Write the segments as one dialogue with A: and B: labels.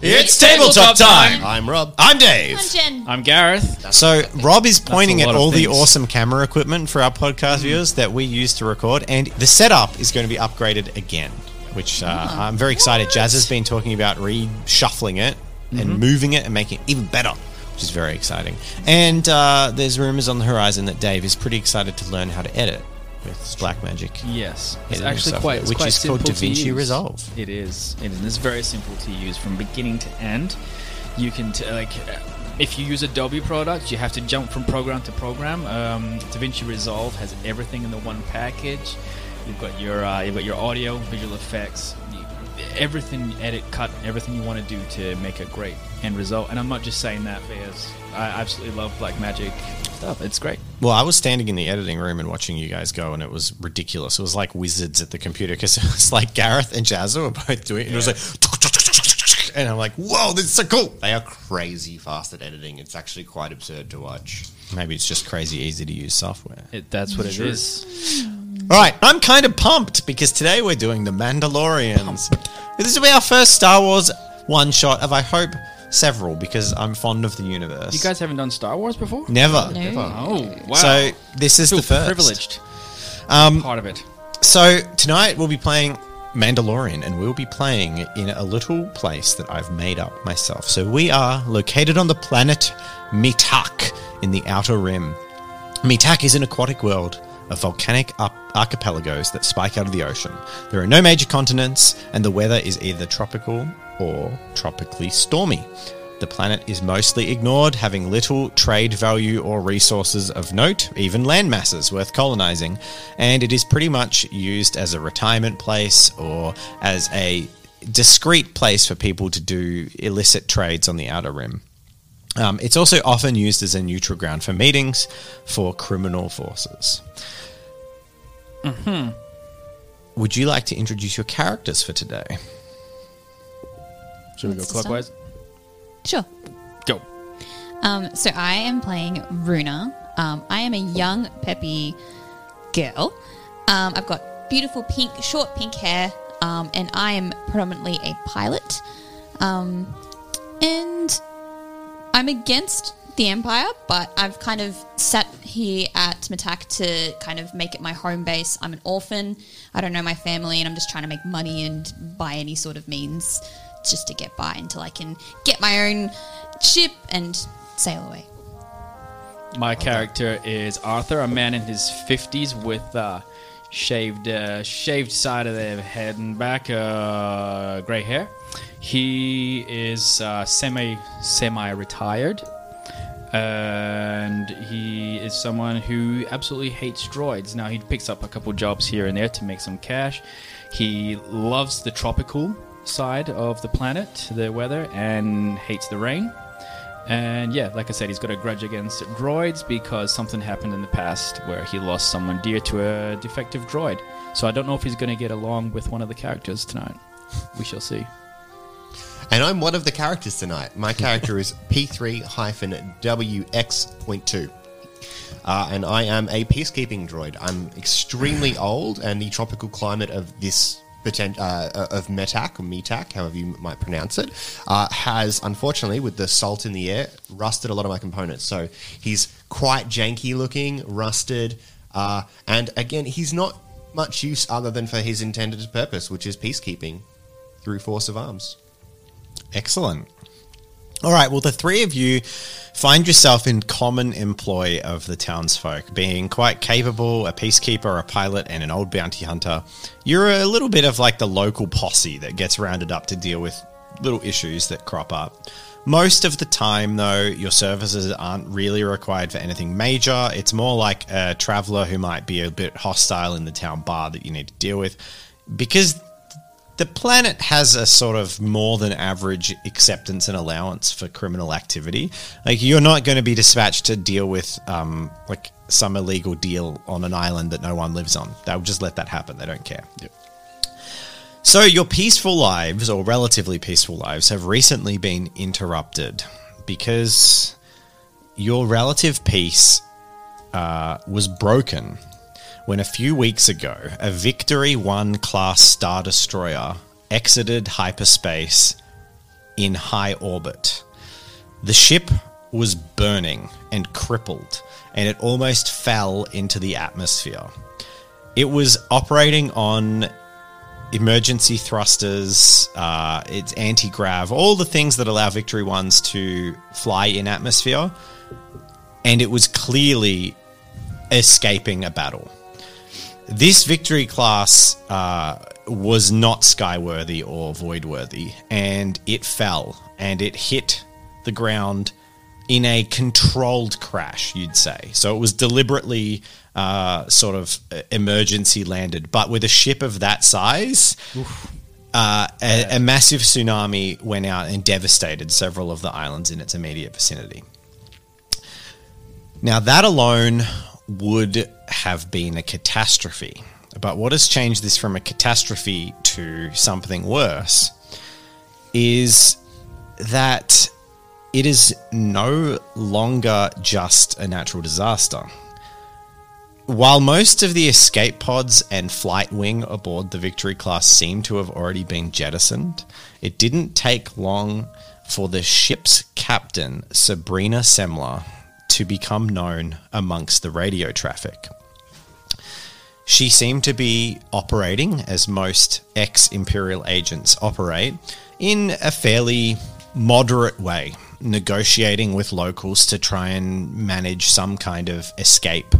A: It's tabletop time.
B: I'm Rob.
A: I'm Dave.
C: Come on, Jen.
D: I'm Gareth.
B: So Rob is pointing
D: a
B: at
D: lot of
B: all the
D: things.
B: awesome camera equipment for our
A: Mm.
B: podcast viewers that we use to record, and the setup is going to be upgraded again, which uh,
A: Ah.
B: I'm very excited. Jazz has been talking about reshuffling it
A: Mm-hmm.
B: and moving it and making it even better, which is very exciting. And uh, there's rumors on the horizon that Dave is pretty excited to learn how to edit with Black Magic.
D: Yes, it's
B: Editing
D: actually
B: software,
D: quite it's
B: which
D: quite
B: is called
D: simple to
B: DaVinci
D: use.
B: Resolve.
D: It is. It is. It's very simple to use from beginning to end. You can t- like uh, if you use Adobe products, you have to jump from program to program. Um, DaVinci Resolve has everything in the one package. You've got your uh, you've got your audio, visual effects, you- everything edit, cut, everything you want to do to make a great end result. And I'm not just saying that because I absolutely love Black Magic stuff. It's great.
B: Well, I was standing in the editing room and watching you guys go, and it was ridiculous. It was like wizards at the computer because it was like Gareth and Jazza were both doing it. And it was like, and I'm like, whoa, this is so cool.
A: They are crazy fast at editing. It's actually quite absurd to watch.
B: Maybe it's just crazy easy to use software.
D: It, that's what it is.
B: All right, I'm kind of pumped because today we're doing The Mandalorians. This will be our first Star Wars one shot of, I hope, several because I'm fond of the universe.
D: You guys haven't done Star Wars before?
B: never.
D: Oh, wow.
B: So this is
D: Feel
B: the first. Um,
D: privileged. part of it.
B: So tonight we'll be playing Mandalorian, and we'll be playing in a little place that I've made up myself. So we are located on the planet Mitak in the Outer Rim. Mitak is an aquatic world of volcanic ar- archipelagos that spike out of the ocean. There are no major continents, and the weather is either tropical or tropically stormy. The planet is mostly ignored, having little trade value or resources of note, even land masses worth colonizing, and it is pretty much used as a retirement place or as a discreet place for people to do illicit trades on the outer rim. Um, it's also often used as a neutral ground for meetings for criminal forces. Would you like to introduce your characters for today?
D: Should we go
C: Let's just
D: clockwise?
C: Sure.
D: Go.
C: Um, so I am playing Runa. Um, I am a young, peppy girl. Um, I've got beautiful pink, short pink hair, um, and I am predominantly a pilot. Um, and I'm against the Empire, but I've kind of sat here at Matak to kind of make it my home base. I'm an orphan. I don't know my family, and I'm just trying to make money and by any sort of means just to get by until I can get my own ship and sail away.
D: My character is Arthur, a man in his fifties with uh, shaved uh, shaved side of the head and back, uh, grey hair. He is uh, semi semi retired, and he is someone who absolutely hates droids. Now he picks up a couple jobs here and there to make some cash. He loves the tropical side of the planet, the weather, and hates the rain. And yeah, like I said, he's got a grudge against droids because something happened in the past where he lost someone dear to a defective droid. So I don't know if he's going to get along with one of the characters tonight. We shall see.
A: And I'm one of the characters tonight. My character is P3 WX.2. Uh, and I am a peacekeeping droid. I'm extremely old, and the tropical climate of this potent, uh, of Metak, or Metak, however you might pronounce it, uh, has unfortunately, with the salt in the air, rusted a lot of my components. So he's quite janky looking, rusted, uh, and again, he's not much use other than for his intended purpose, which is peacekeeping through force of arms.
B: Excellent. All right, well, the three of you find yourself in common employ of the townsfolk, being quite capable a peacekeeper, a pilot, and an old bounty hunter. You're a little bit of like the local posse that gets rounded up to deal with little issues that crop up. Most of the time, though, your services aren't really required for anything major. It's more like a traveler who might be a bit hostile in the town bar that you need to deal with because the planet has a sort of more than average acceptance and allowance for criminal activity. Like you're not going to be dispatched to deal with um, like some illegal deal on an island that no one lives on. They'll just let that happen. They don't care. So your peaceful lives, or relatively peaceful lives, have recently been interrupted because your relative peace uh, was broken when a few weeks ago a Victory 1 class Star Destroyer exited hyperspace in high orbit. The ship was burning and crippled, and it almost fell into the atmosphere. It was operating on emergency thrusters, uh, its anti grav, all the things that allow Victory 1s to fly in atmosphere, and it was clearly escaping a battle. This victory class uh, was not skyworthy or voidworthy, and it fell and it hit the ground in a controlled crash, you'd say. So it was deliberately uh, sort of uh, emergency landed, but with a ship of that size. Uh, a, a massive tsunami went out and devastated several of the islands in its immediate vicinity. Now, that alone would have been a catastrophe. But what has changed this from a catastrophe to something worse is that it is no longer just a natural disaster. While most of the escape pods and flight wing aboard the Victory class seem to have already been jettisoned, it didn't take long for the ship's captain, Sabrina Semler, to become known amongst the radio traffic. She seemed to be operating, as most ex Imperial agents operate, in a fairly moderate way, negotiating with locals to try and manage some kind of escape,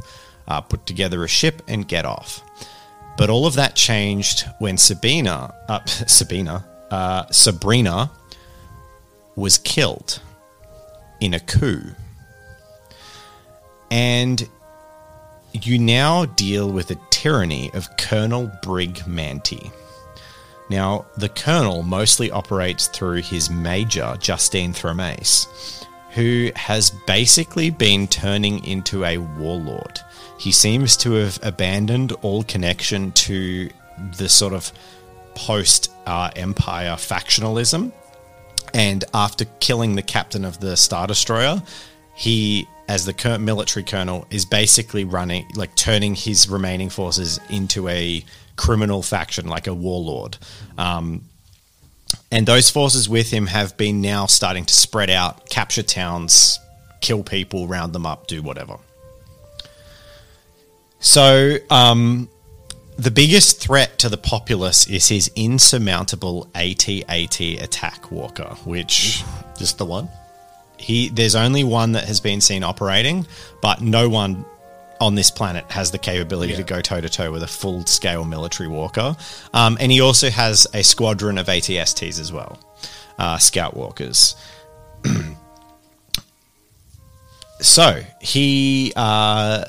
B: uh, put together a ship, and get off. But all of that changed when Sabina, uh, Sabina, uh, Sabrina was killed in a coup. And you now deal with the tyranny of Colonel Brig Manti. Now, the Colonel mostly operates through his Major, Justine Thromace, who has basically been turning into a warlord. He seems to have abandoned all connection to the sort of post uh, Empire factionalism. And after killing the captain of the Star Destroyer, he, as the current military colonel, is basically running, like turning his remaining forces into a criminal faction, like a warlord. Um, and those forces with him have been now starting to spread out, capture towns, kill people, round them up, do whatever. So, um, the biggest threat to the populace is his insurmountable AT-AT attack walker, which
A: Just the one?
B: he there's only one that has been seen operating, but no one on this planet has the capability to go toe to toe with a full scale military walker. Um, and he also has a squadron of ATSTs as well, uh, scout walkers. so he uh,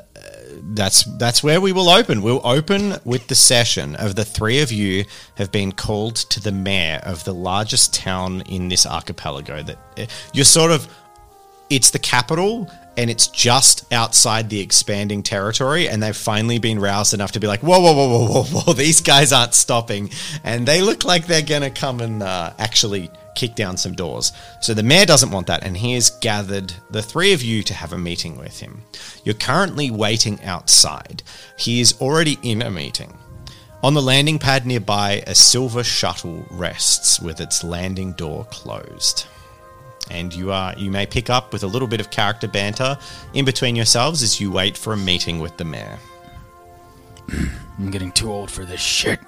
B: that's that's where we will open. We'll open with the session of the three of you have been called to the mayor of the largest town in this archipelago. That eh, you're sort of it's the capital and it's just outside the expanding territory and they've finally been roused enough to be like whoa whoa whoa whoa whoa whoa these guys aren't stopping and they look like they're gonna come and uh, actually kick down some doors so the mayor doesn't want that and he has gathered the three of you to have a meeting with him you're currently waiting outside he is already in a meeting on the landing pad nearby a silver shuttle rests with its landing door closed and you are you may pick up with a little bit of character banter in between yourselves as you wait for a meeting with the mayor.
D: I'm getting too old for this shit.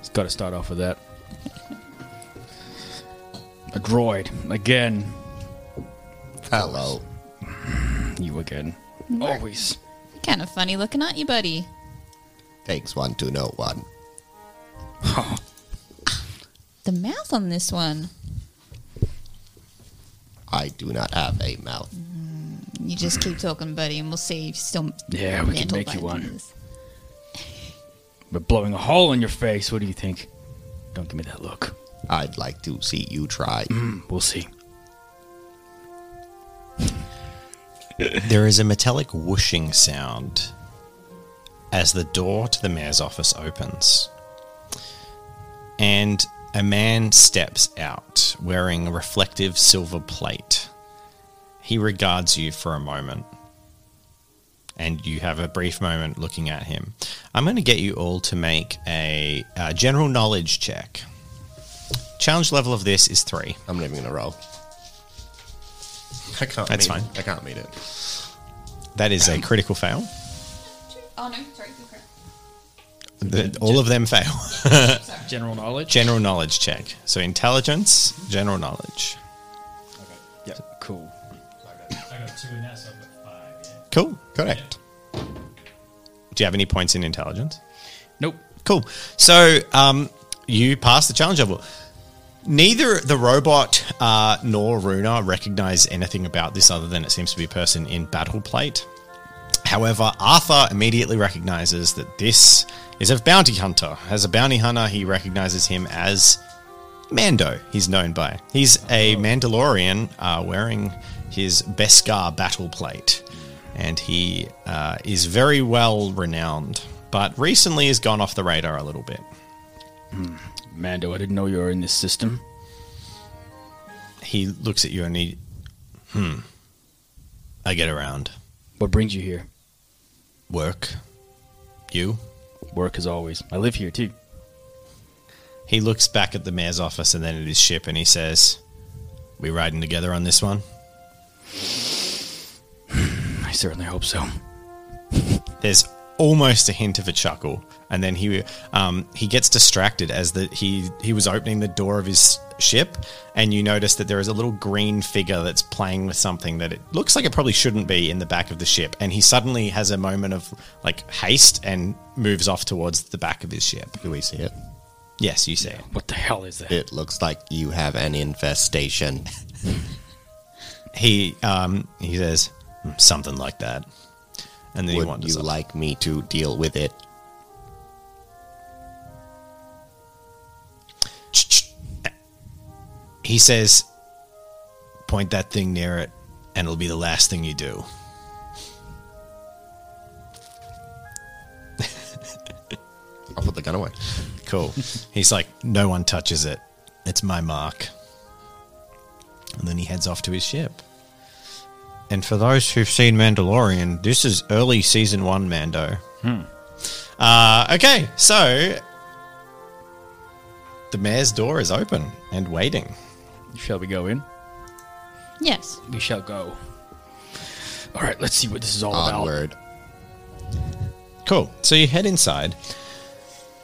D: It's got to start off with that. A droid again.
A: Hello.
D: You again. Always.
C: Kind of funny looking, aren't you, buddy?
A: Takes one to know one.
C: The mouth on this one.
A: I do not have a mouth.
C: You just keep talking, buddy, and we'll see if you still
D: Yeah, we can
C: mental
D: make you
C: by the
D: one.
C: end of this.
D: We're blowing a hole in your face. What do you think? Don't give me that look.
A: I'd like to see you try.
D: We'll see.
B: There is a metallic whooshing sound as the door to the mayor's office opens. And a man steps out wearing a reflective silver plate. He regards you for a moment. And you have a brief moment looking at him. I'm going to get you all to make a, uh general knowledge check. Challenge level of this is three.
A: I'm not even going to roll. I can't.
B: That's
A: meet
B: fine.
A: It. I can't meet it.
B: That is a critical fail.
C: Oh no, sorry. okay.
B: The- all of them fail.
D: General knowledge.
B: General knowledge check. So intelligence, general knowledge.
D: yeah, cool.
E: I got two in that, so I've got five. Yeah.
B: Cool. Correct. Do you have any points in intelligence?
D: Nope.
B: Cool. So um, you pass the challenge level. Neither the robot uh, nor Runa recognize anything about this other than it seems to be a person in battle plate. However, Arthur immediately recognizes that this is a bounty hunter. As a bounty hunter, he recognizes him as Mando, he's known by. He's a Mandalorian uh, wearing his Beskar battle plate, and he uh, is very well renowned, but recently has gone off the radar a little bit.
D: Mando, I didn't know you were in this system.
B: He looks at you and he, hmm, I get around.
D: What brings you here?
B: Work. You?
D: Work as always. I live here too.
B: He looks back at the mayor's office and then at his ship and he says, We riding together on this one?
D: I certainly hope so.
B: there's almost a hint of a chuckle and then he um, he gets distracted as the he he was opening the door of his ship and you notice that there is a little green figure that's playing with something that it looks like it probably shouldn't be in the back of the ship and he suddenly has a moment of like haste and moves off towards the back of his ship
A: Do we see it?
B: yes you see it
D: What the hell is that?
A: It looks like you have an infestation.
B: he um he says "Mm, something like that and then he
A: Would
B: wanders
A: you
B: off.
A: like me to deal with it?
B: he says point that thing near it and it'll be the last thing you do
A: I'll put the gun away.
B: Cool. He's like, no one touches it. It's my mark. And then he heads off to his ship. And for those who've seen Mandalorian, this is early season one Mando. Uh, okay, so the mayor's door is open and waiting.
D: Shall we go in?
C: Yes.
D: We shall go. All right, let's see what this is all about.
A: Onward.
B: Cool. So you head inside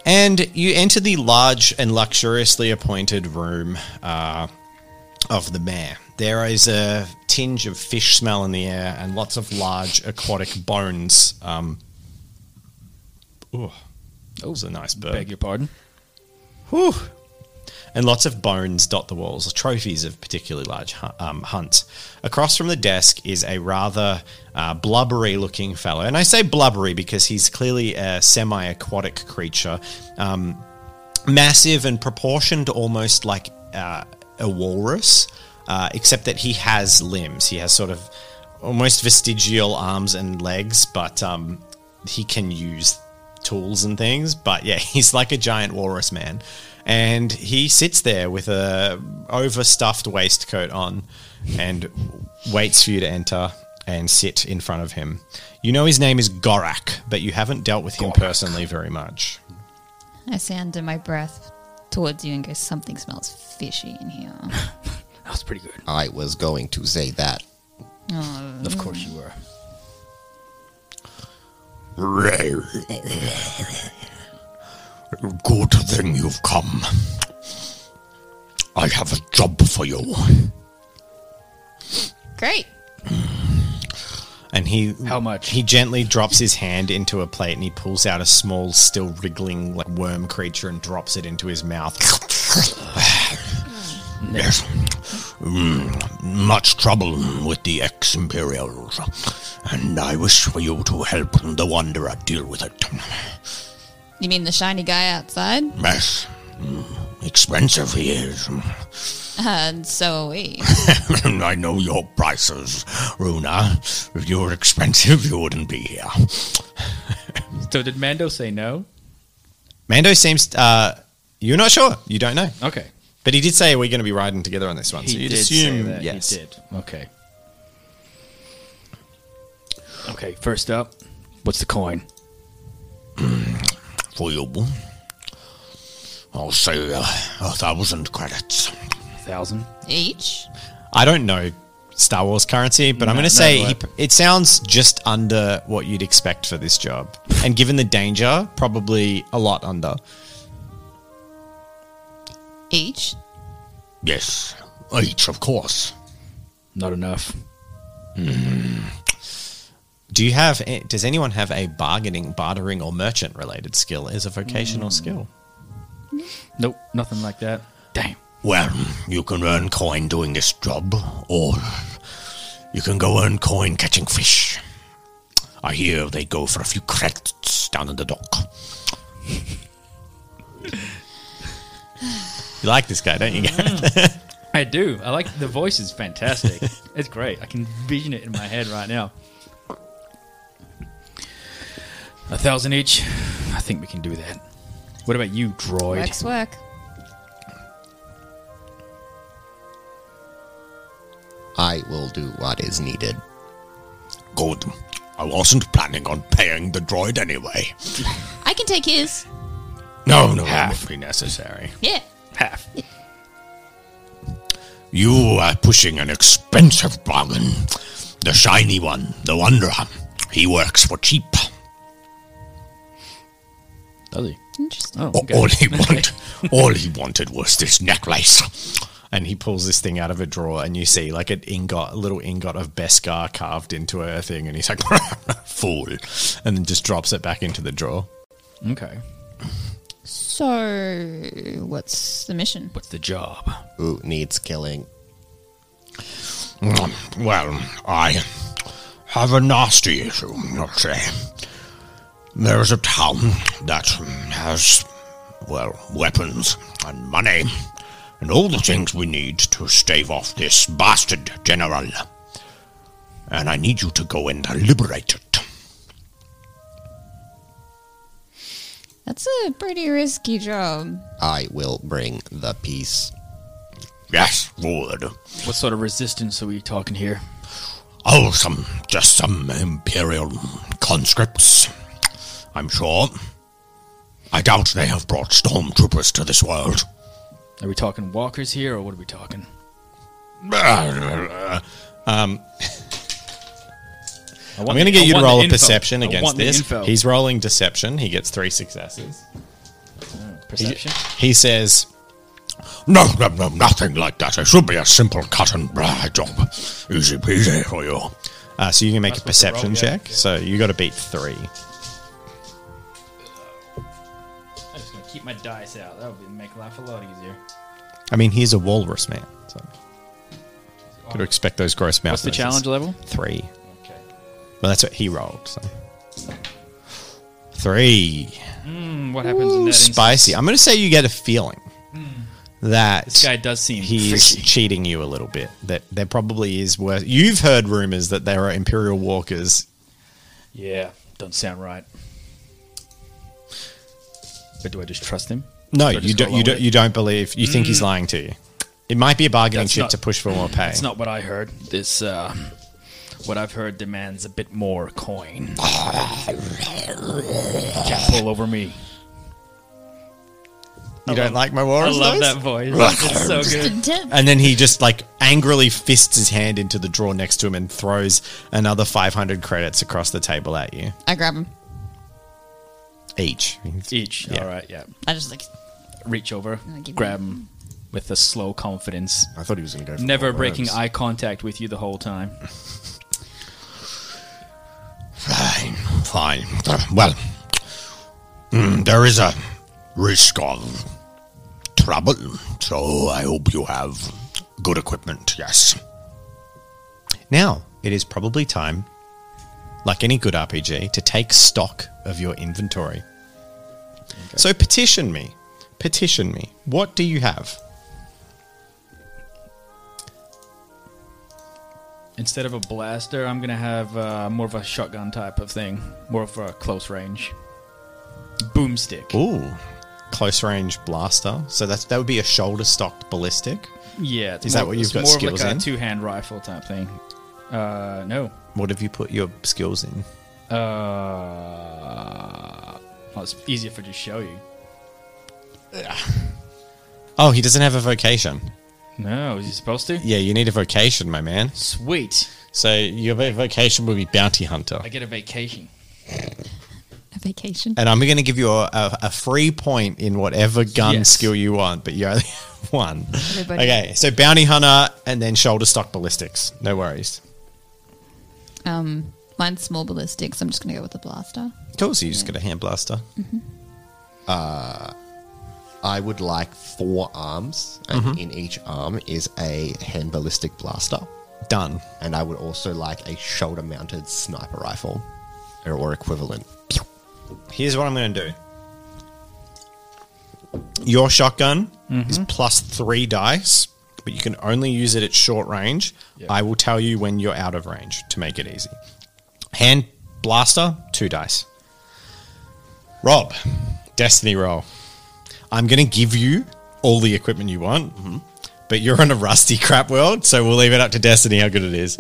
B: and you enter the large and luxuriously appointed room uh, of the mayor. There is a tinge of fish smell in the air and lots of large aquatic bones. Um, ooh, that was a nice bird.
D: Beg your pardon.
B: Whew. And lots of bones dot the walls, trophies of particularly large hu- um, hunts. Across from the desk is a rather uh, blubbery looking fellow. And I say blubbery because he's clearly a semi aquatic creature, um, massive and proportioned almost like uh, a walrus, uh, except that he has limbs. He has sort of almost vestigial arms and legs, but um, he can use tools and things. But yeah, he's like a giant walrus man, and he sits there with a overstuffed waistcoat on, and waits for you to enter and sit in front of him. You know his name is Gorak, but you haven't dealt with him
D: Gorak.
B: personally very much.
C: I say under my breath towards you and go, something smells fishy in here.
D: That was pretty good.
A: I was going to say that.
C: Oh,
D: Of course you were.
B: Good thing you've come. I have a job for you.
C: great.
B: And he
D: How much?
B: He gently drops his hand into a plate and he pulls out a small, still wriggling like worm creature and drops it into his mouth.
D: Next.
B: Mm, Much trouble with the ex Imperials. And I wish for you to help the Wanderer deal with it.
C: You mean the shiny guy outside?
B: Yes. Mm, Expensive he is.
C: And so are we.
B: I know your prices, Runa. If you were expensive, you wouldn't be here.
D: So did Mando say no?
B: Mando seems. Uh, you're not sure. You don't know.
D: Okay.
B: But he did say we're going to be riding together on this one. so
D: He
B: you'd
D: did
B: assume
D: say that.
B: yes.
D: He did. Okay. Okay, first up, what's the coin?
B: For you. I'll say uh, a thousand credits.
D: thousand.
C: Each?
B: I don't know Star Wars currency, but I'm
D: No,
B: going to
D: no
B: say
D: way.
B: he, it sounds just under what you'd expect for this job. and given the danger, probably a lot under.
C: Each?
B: Yes, each, of course.
D: Not enough.
B: Do you have? a- Does anyone have a bargaining, bartering, or merchant related skill as a vocational
D: Hmm.
B: skill?
D: Nope, nothing like that. Damn.
B: Well, you can earn coin doing this job, or you can go earn coin catching fish. I hear they go for a few credits down in the dock. you like this guy, don't you?
D: Mm, I do. I like the voice is fantastic. it's great. I can vision it in my head right now. A thousand each. I think we can do that. What about you, droid?
C: Works work.
A: I will do what is needed.
B: Good. I wasn't planning on paying the droid anyway.
C: I can take his.
B: No, no,
D: Half.
B: be necessary.
C: Yeah.
D: Half.
B: You are pushing an expensive bargain. The shiny one, the wanderer. He works for cheap.
D: Does he?
C: Interesting.
D: Oh,
B: A-
D: okay.
B: All he wanted, all he wanted was this necklace. And he pulls this thing out of a drawer, and you see like an ingot, a little ingot of Beskar carved into a thing, and he's like, "Fool!" and then just drops it back into the drawer. oh.
D: Okay.
C: So, what's the mission?
D: What's the job?
A: Who needs killing?
B: Well, I have a nasty issue, I'll say. There is a town that has, well, weapons and money and all the things we need to stave off this bastard general. And I need you to go and liberate it.
C: That's a pretty risky job.
A: I will bring the peace.
B: Yes, Lord.
D: What sort of resistance are we talking here?
B: Oh, some, just some imperial conscripts, I'm sure. I doubt they have brought stormtroopers to this world.
D: Are we talking walkers here, or what are we talking?
B: um,
D: I
B: I'm
D: want
B: going to
D: the-
B: get
D: I
B: you to
D: want
B: roll
D: the
B: a
D: info.
B: perception
D: I
B: against
D: want the
B: this.
D: info.
B: He's rolling deception. He gets three successes.
D: perception.
B: He says, "No, no, no, nothing like that. It should be a simple cut and dry job, easy peasy for you." Uh, so you can make a
D: Am I supposed to roll?
B: perception
D: Yeah,
B: check.
D: yeah.
B: So you got to beat three.
D: I'm just gonna keep my dice out. That would make life a lot easier.
B: I mean, he's a walrus man. So. Got to expect those gross mouth.
D: What's the
B: noises.
D: challenge level?
B: Three.
D: Okay.
B: Well, that's what he rolled. So. Three.
D: Hmm, what happens in
B: Ooh,
D: that Hmm.
B: spicy. I'm going to say you get a feeling that
D: This guy does seem
B: he's
D: fishy.
B: cheating you a little bit. That there probably is worse. You've heard rumors that there are Imperial walkers.
D: Yeah, doesn't sound right. But do I just trust him?
B: No,
D: Do I just
B: you
D: go
B: don't.
D: along
B: You don't.
D: with
B: You don't believe. You think he's lying to you. It might be a bargaining
D: Hmm. That's
B: chip
D: not-
B: to push for more pay.
D: It's not what I heard. This, uh, what I've heard demands a bit more coin. Can't pull over me.
B: you don't like my
D: I
B: walrus.
D: love
B: noise?
D: that voice. It's so good.
C: Damn.
B: And then he just like angrily fists his hand into the drawer next to him and throws another 500 credits across the table at you
C: I grab him.
B: each.
D: Each.
B: Yeah.
D: All right, yeah.
C: I just like.
D: Reach over,
C: I'll give
D: grab
C: you-
D: him with a slow confidence.
A: I thought he was going to go. For
D: Never
A: more
D: breaking
A: words.
D: eye contact with you the whole time.
B: Fine, fine. Well, mm, there is a risk of trouble, so I hope you have good equipment, yes. Now, it is probably time, like any good RPG, to take stock of your inventory. So petition me. Petition me. What do you have?
D: Instead of a blaster, I'm gonna have uh, more of a shotgun type of thing, more of a close range boomstick.
B: Ooh, close range blaster. So that's, that would be a shoulder stocked ballistic.
D: Yeah, it's
B: Is
D: more,
B: that what you've
D: it's
B: got
D: more
B: skills
D: of like
B: in?
D: a two-hand rifle type thing. Uh, no,
B: What have you put your skills in?
D: uh, well, it's easier for just show you.
B: Oh, he doesn't have a vocation.
D: No, is he supposed to?
B: Yeah, you need a vocation, my man.
D: Sweet.
B: So your vo- vocation will be bounty hunter.
D: I get a vacation.
C: A vacation.
B: And I'm going to give you a, a, a free point in whatever gun
D: Yes.
B: skill you want, but you only have one.
C: Everybody-
B: Okay, so bounty hunter and then shoulder stock ballistics. No worries.
C: Um, mine's small ballistics. I'm just going to go with the blaster.
B: Cool. So you just got a hand blaster.
A: I would like four arms, and
D: Mm-hmm.
A: in each arm is a hand ballistic blaster.
B: Done.
A: And I would also like a shoulder mounted sniper rifle or, or equivalent.
B: Here's what I'm going to do. Your shotgun is plus three dice, but you can only use it at short range.
D: Yeah.
B: I will tell you when you're out of range to make it easy. Hand blaster, two dice. Rob, destiny roll. I'm going to give you all the equipment you want,
A: Mm-hmm.
B: but you're in a rusty crap world, so we'll leave it up to destiny how good it is.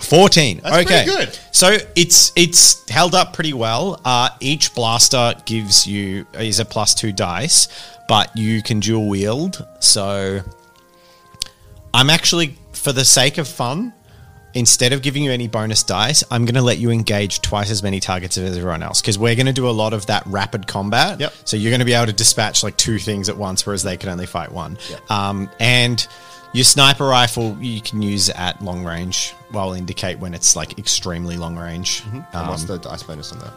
B: 14.
A: That's
B: okay.
A: pretty good.
B: So it's it's held up pretty well. Uh, each blaster gives you is a plus two dice, but you can dual wield. So I'm actually, for the sake of fun, instead of giving you any bonus dice, I'm going to let you engage twice as many targets as everyone else because we're going to do a lot of that rapid combat.
A: Yep.
B: So you're going to be able to dispatch like two things at once, whereas they can only fight one.
A: Yep.
B: Um, and your sniper rifle you can use at long range, while indicate when it's like extremely long range.
A: And
B: Um,
A: what's the dice bonus on that?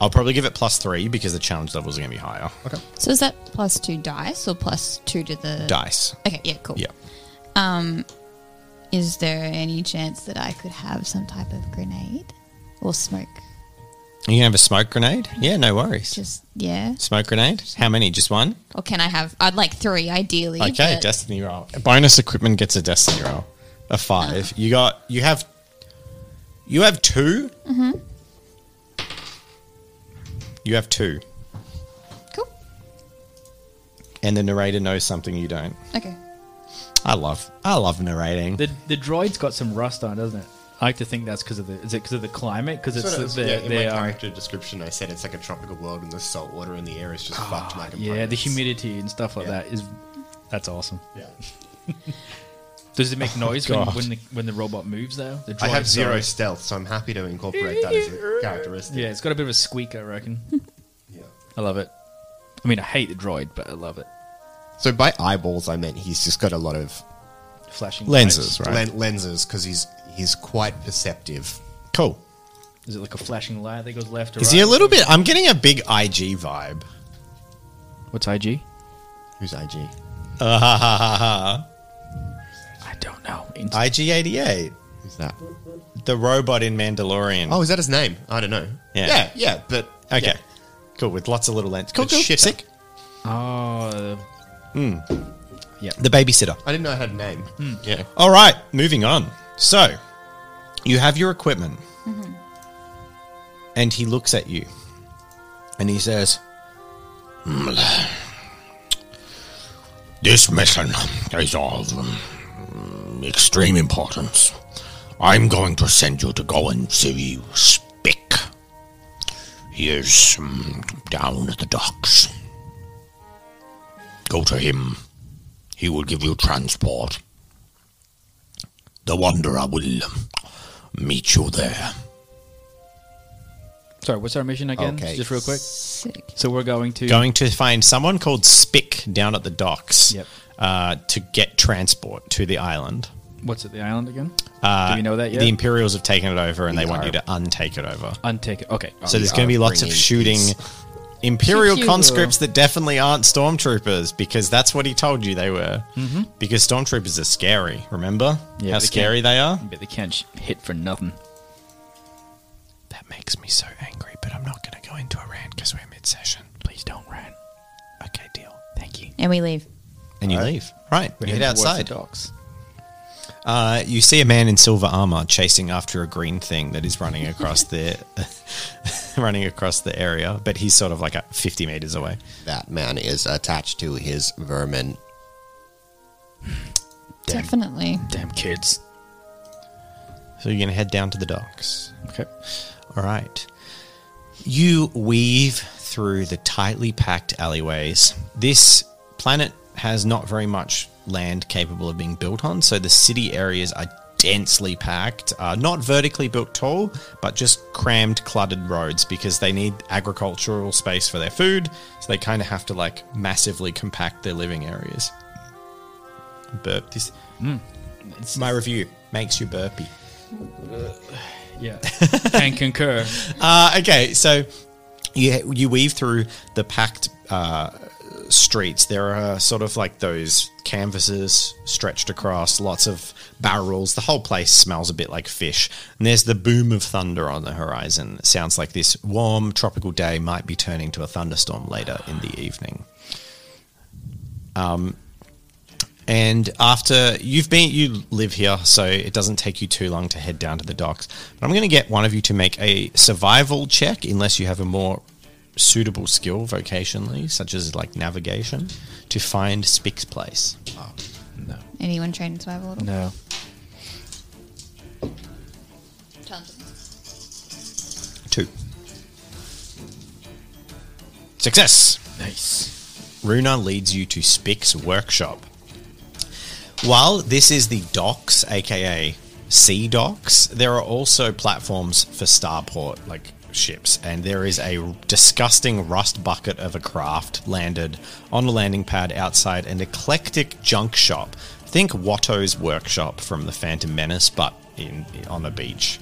B: I'll probably give it plus three because the challenge levels are going to be higher.
A: Okay.
C: So is that plus two dice or plus two to the
B: Dice.
C: Okay, yeah, cool. Um,
B: Yeah.
C: Is there any chance that I could have some type of grenade or smoke?
B: You can have a smoke grenade. Yeah, no worries.
C: Just yeah.
B: Smoke grenade. How many? Just one?
C: Or can I have? I'd like three, ideally.
B: Okay,
C: but-
B: destiny roll. Bonus equipment gets a destiny roll. A five. You got. You have. You have 2 Mm-hmm. You have two,
C: cool.
B: and the narrator knows something you don't.
C: Okay.
B: I love. I love narrating.
D: The the droid's got some rust on, doesn't it? I like to think that's because of the is it because of the climate? Because it's the, the, um,
A: in
D: they
A: my
D: are-
A: character description, I said it's like a tropical world and the salt water in the air is just fucked my
D: Ah, yeah the humidity and stuff like
A: Yeah.
D: that is that's awesome.
A: Yeah.
D: Does it make noise when,
B: God.
D: when the when the robot moves though? The
A: I have
D: droid,
A: zero
D: sorry.
A: stealth, so I'm happy to incorporate that as a characteristic.
D: Yeah, it's got a bit of a squeak, I reckon.
A: Yeah.
D: I love it. I mean, I hate the droid, but I love it.
A: So by eyeballs, I meant he's just got a lot of
D: Flashing
B: Lenses,
D: lights.
B: right?
A: len- lenses because he's he's quite perceptive.
B: cool.
D: Is it like a flashing light that goes left or
B: Is
D: right?
B: he a little bit? I'm getting a big IG vibe.
D: What's IG?
A: Who's IG?
D: I don't know. Inst-
B: IG88,
A: Who's that?
B: the robot in Mandalorian.
A: Oh, is that his name? I don't know.
B: Yeah.
A: yeah, yeah but
B: okay.
A: yeah.
B: Cool. With lots of little lenses. Cool.
A: But
B: cool.
A: shitter.
B: Sick.
D: oh, the-
B: The babysitter.
A: I didn't know I had a name.
B: Hmm.
A: Yeah,
B: All right, moving on. So, you have your equipment, and he looks at you, and he says, "Mla, "This mission is of mm, extreme importance. I'm going to send you to go and see Spick. He is mm, down at the docks. Go to him. He will give you transport." The Wanderer will mm, meet you there.
D: sorry, what's our mission again?
A: Okay.
D: Just real quick.
C: Sick.
D: So we're going to
B: Going to find someone called Spick down at the docks
D: Yep.
B: uh, to get transport to the island.
D: what's it? The island again?
B: Uh,
D: Do we know that yet?
B: The Imperials have taken it over and they
A: We
B: want
A: are.
B: you to untake it over.
D: Untake it. Okay.
B: So
A: we
B: there's going
A: are
B: to be lots of
A: bringing
B: shooting
A: peace.
B: Imperial
D: Pew-pew.
B: conscripts that definitely aren't stormtroopers because that's what he told you they were. Mm-hmm. Because stormtroopers are scary, remember?
D: Yeah,
B: How
D: they
B: scary
D: can.
B: they are?
D: but they can't sh- hit for nothing.
B: That makes me so angry, but I'm not going to go into a rant because we're mid session.
D: Please don't run.
B: Okay, deal.
D: Thank you.
C: And we leave.
B: And you leave. Right.
D: We're
B: You head
D: heading towards
B: outside.
D: The docks.
B: Uh, you see a man in silver armor chasing after a green thing that is running across the running across the area, but he's sort of like a 50 meters away.
A: that man is attached to his vermin.
D: Damn.
C: Definitely.
D: Damn kids.
B: So you're going to head down to the docks.
D: Okay.
B: All right. You weave through the tightly packed alleyways. This planet has not very much land capable of being built on, so the city areas are densely packed, uh, not vertically built tall, but just crammed, cluttered roads because they need agricultural space for their food, so they kind of have to like massively compact their living areas. Burp. This, my review makes you burpy.
D: Yeah. Can concur.
B: Uh, okay, so you you weave through the packed uh, streets. There are sort of like those canvases stretched across, lots of barrels. The whole place smells a bit like fish. And there's the boom of thunder on the horizon. It sounds like this warm tropical day might be turning to a thunderstorm later in the evening. And after you've been, you live here, so it doesn't take you too long to head down to the docks. But I'm going to get one of you to make a survival check, unless you have a more suitable skill vocationally, such as like navigation, to find Spick's place.
D: No.
C: Anyone trained in survival at all?
D: No.
C: Intelligence.
B: Two. Success!
D: Nice.
B: Runa leads you to Spick's workshop. While this is the docks, aka sea docks, there are also platforms for starport, like ships, and there is a disgusting rust bucket of a craft landed on a landing pad outside an eclectic junk shop. Think Watto's workshop from the Phantom Menace, but in on a beach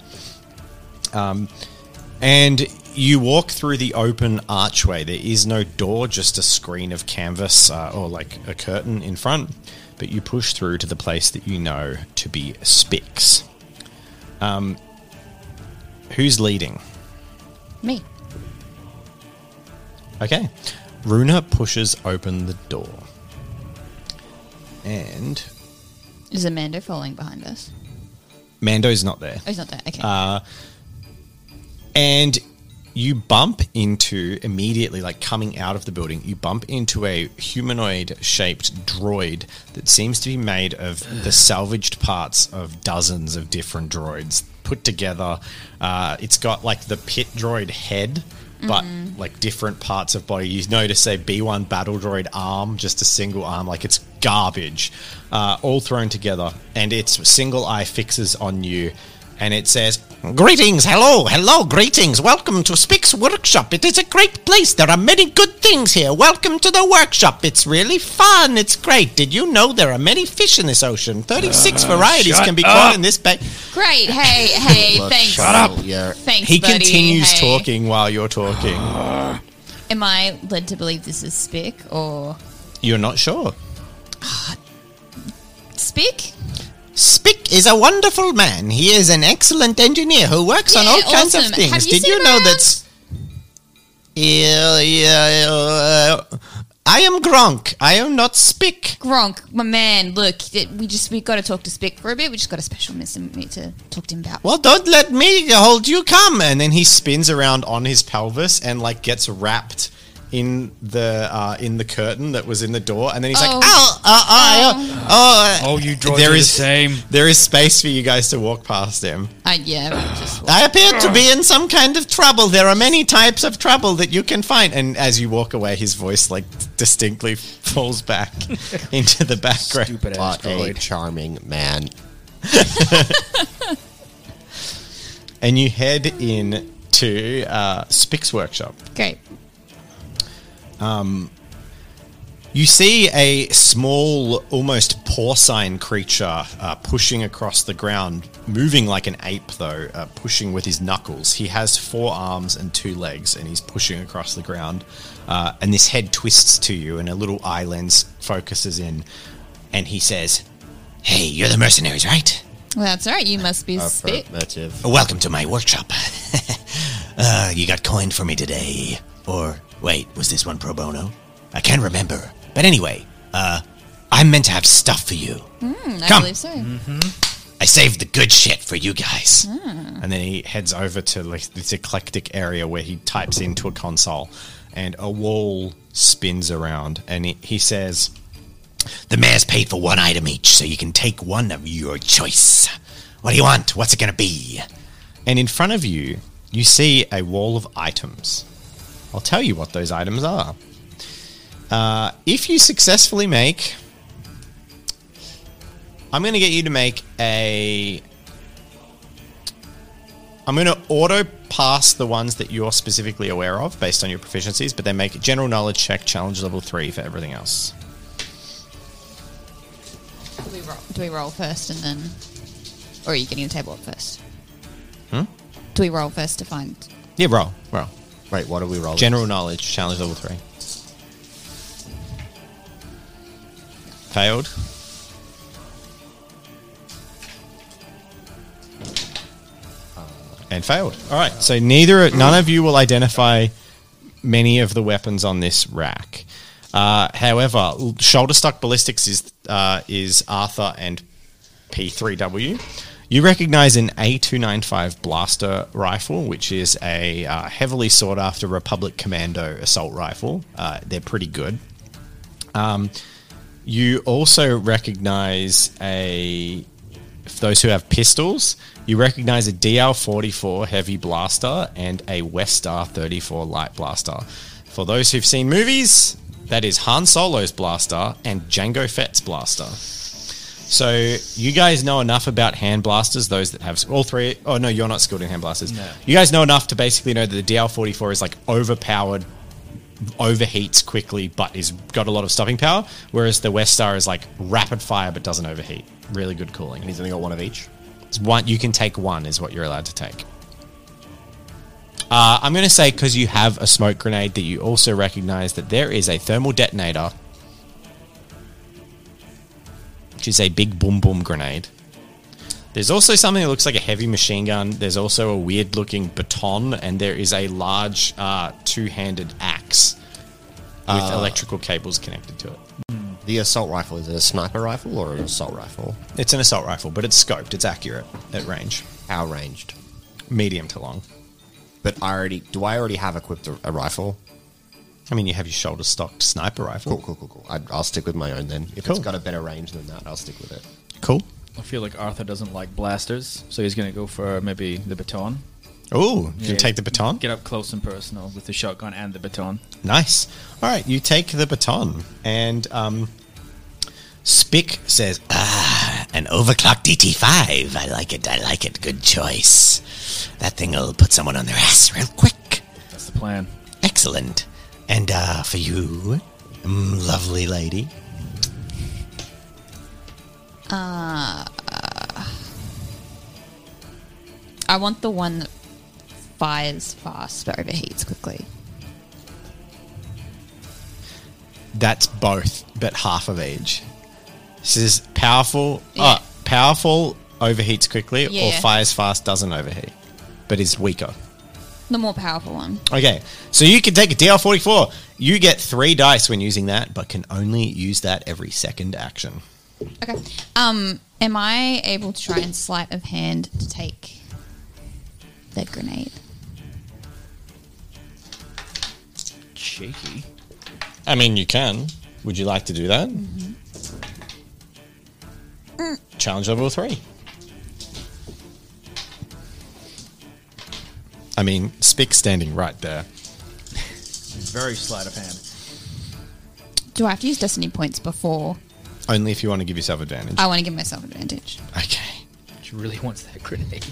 B: and you walk through the open archway. There is no door, just a screen of canvas uh, or like a curtain in front. But you push through to the place that you know to be Spix. Um, who's leading?
C: Me.
B: Okay. Runa pushes open the door. And
C: Is Amanda following behind us?
B: Mando's not there.
C: Oh, he's not there. Okay.
B: Uh, and you bump into immediately like coming out of the building you bump into a humanoid shaped droid that seems to be made of the salvaged parts of dozens of different droids put together uh, it's got like the pit droid head but like different parts of body you notice a b1 battle droid arm just a single arm like it's garbage uh, all thrown together and its single eye fixes on you and it says, Greetings, hello, hello, greetings. Welcome to Speak's Workshop. It is a great place. There are many good things here. Welcome to the workshop. It's really fun. It's great. Did you know there are many fish in this ocean? 36 varieties
D: Uh, shut
B: can be
D: up.
B: caught in this bay.
C: Great. Hey, hey, thanks.
A: Yeah.
C: Thanks,
B: He
C: buddy.
B: continues
C: Hey.
B: talking while you're talking.
C: Am I led to believe this is Spick or
B: You're not sure.
C: Spick?
B: Spick is a wonderful man. He is an excellent engineer who works on
C: Yeah,
B: all kinds
C: awesome.
B: of things.
C: Have you
B: Did
C: seen
B: you know
C: around?
B: that's? Yeah, yeah, uh, I am Gronk. I am not Spick.
C: Gronk, my man. Look, th- we just we got to talk to Spick for a bit. We just got a special mission we need to talk to him about.
B: Well, don't let me hold you. Come, and then he spins around on his pelvis and like gets wrapped in the uh, in the curtain that was in the door, and then he's
C: Oh.
B: like, "Ow, uh, uh, oh, uh,
D: Oh, you droids
B: There
D: are
B: is-
D: the same.
B: There is space for you guys to walk past him.
C: Uh, yeah, we just
B: I appear to be in some kind of trouble. There are many types of trouble that you can find. And as you walk away, his voice like distinctly falls back into the background.
D: Stupid ass
A: But a
D: droid.
A: charming man.
B: And you head in to uh, Spick's workshop.
C: great.
B: You see a small, almost porcine creature uh, pushing across the ground, moving like an ape, though, uh, pushing with his knuckles. He has four arms and two legs, and he's pushing across the ground. Uh, and this head twists to you, and a little eye lens focuses in, and he says, Hey, you're the mercenaries, right?
C: Well, that's all right. You must be Spick.
A: Affirmative.
B: Welcome to my workshop. uh, you got coin for me today. Or, wait, was this one pro bono? I can't remember. But anyway, uh, I'm meant to have stuff for you.
C: Mm, I
B: Come. Mm-hmm.
C: believe so.
B: I saved the good shit for you guys. And then he heads over to like this eclectic area where he types into a console and a wall spins around and he, he says, The mayor's paid for one item each, so you can take one of your choice. What do you want? What's it going to be? And in front of you, you see a wall of items. I'll tell you what those items are. Uh, if you successfully make, I'm going to get you to make a. I'm going to auto pass the ones that you're specifically aware of based on your proficiencies, but then make a general knowledge check, challenge level three for everything else.
C: Do we roll, do we roll first and then. Or are you getting the table up first?
B: Hmm?
C: Do we roll first to find.
B: Yeah, roll, roll.
A: Wait, what are we rolling?
B: General knowledge, challenge level three. Failed. And failed. All right. So neither, none of you will identify many of the weapons on this rack. Uh, however, shoulder stock ballistics is uh, is Arthur and P3W. You recognize an A295 blaster rifle, which is a uh, heavily sought after Republic Commando assault rifle. Uh, they're pretty good. Um, you also recognize a, for those who have pistols, you recognize a DL 44 heavy blaster and a Westar 34 light blaster. For those who've seen movies, that is Han Solo's blaster and Django Fett's blaster. So you guys know enough about hand blasters, those that have all three oh no, you're not skilled in hand blasters.
D: No.
B: You guys know enough to basically know that the DL44 is like overpowered, overheats quickly, but is got a lot of stopping power, whereas the West Star is like rapid fire but doesn't overheat. Really good cooling.
A: And he's only got one of each.
B: It's one you can take one is what you're allowed to take. Uh, I'm going to say because you have a smoke grenade that you also recognize that there is a thermal detonator, which is a big boom boom grenade. There's also something that looks like a heavy machine gun. There's also a weird looking baton, and there is a large uh, two handed axe with electrical cables connected to it.
A: The assault rifle is it a sniper rifle or an assault rifle?
B: It's an assault rifle, but it's scoped. It's accurate at range,
A: How ranged?
B: medium to long.
A: But I already do. I already have equipped a, a rifle.
B: I mean, you have your shoulder stocked sniper rifle.
A: Cool, cool, cool, cool. I, I'll stick with my own then. If
B: Cool.
A: it's got a better range than that, I'll stick with it.
B: Cool.
D: I feel like Arthur doesn't like blasters, so he's going to go for maybe the baton.
B: Oh, you
D: Yeah.
B: can take the baton.
D: Get up close and personal with the shotgun and the baton.
B: Nice. All right, you take the baton, and um, Spick says, "Ah, an overclocked DT5. I like it. I like it. Good choice. That thing'll put someone on their ass real quick.
D: That's the plan.
B: Excellent. And uh, for you, mm, lovely lady,
C: I want the one that fires fast but overheats quickly.
B: that's both, but half of each. This is powerful.
C: Yeah.
B: Oh, powerful overheats quickly,
C: Yeah,
B: or
C: yeah.
B: fires fast doesn't overheat, but is weaker."
C: The more powerful one.
B: Okay, so you can take a DL44. You get three dice when using that, but can only use that every second action.
C: Okay. Um, am I able to try and sleight of hand to take the grenade?
D: Shaky.
B: I mean, you can. Would you like to do that? Challenge level three. I mean, Spick standing right there.
D: Very sleight of hand.
C: Do I have to use destiny points before
B: Only if you want to give yourself advantage.
C: I want to give myself advantage?
B: Okay.
D: She really wants that grenade.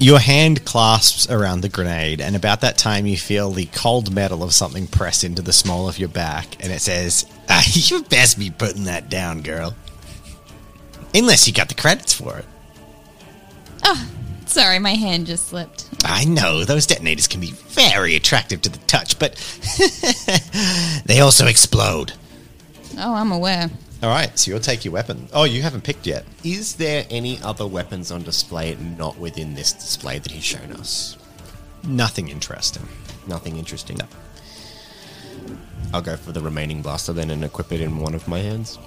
B: Your hand clasps around the grenade, and about that time, you feel the cold metal of something press into the small of your back, and it says, ah, "You best be putting that down, girl." Unless you got the credits for it.
C: Sorry, my hand just slipped.
B: I know those detonators can be very attractive to the touch, but they also explode.
C: Oh, I'm aware.
B: All right, so you'll take your weapon. Oh, you haven't picked yet.
A: Is there any other weapons on display not within this display that he's shown us?
B: Nothing interesting.
A: Nothing interesting. I'll go for the remaining blaster then and equip it in one of my hands.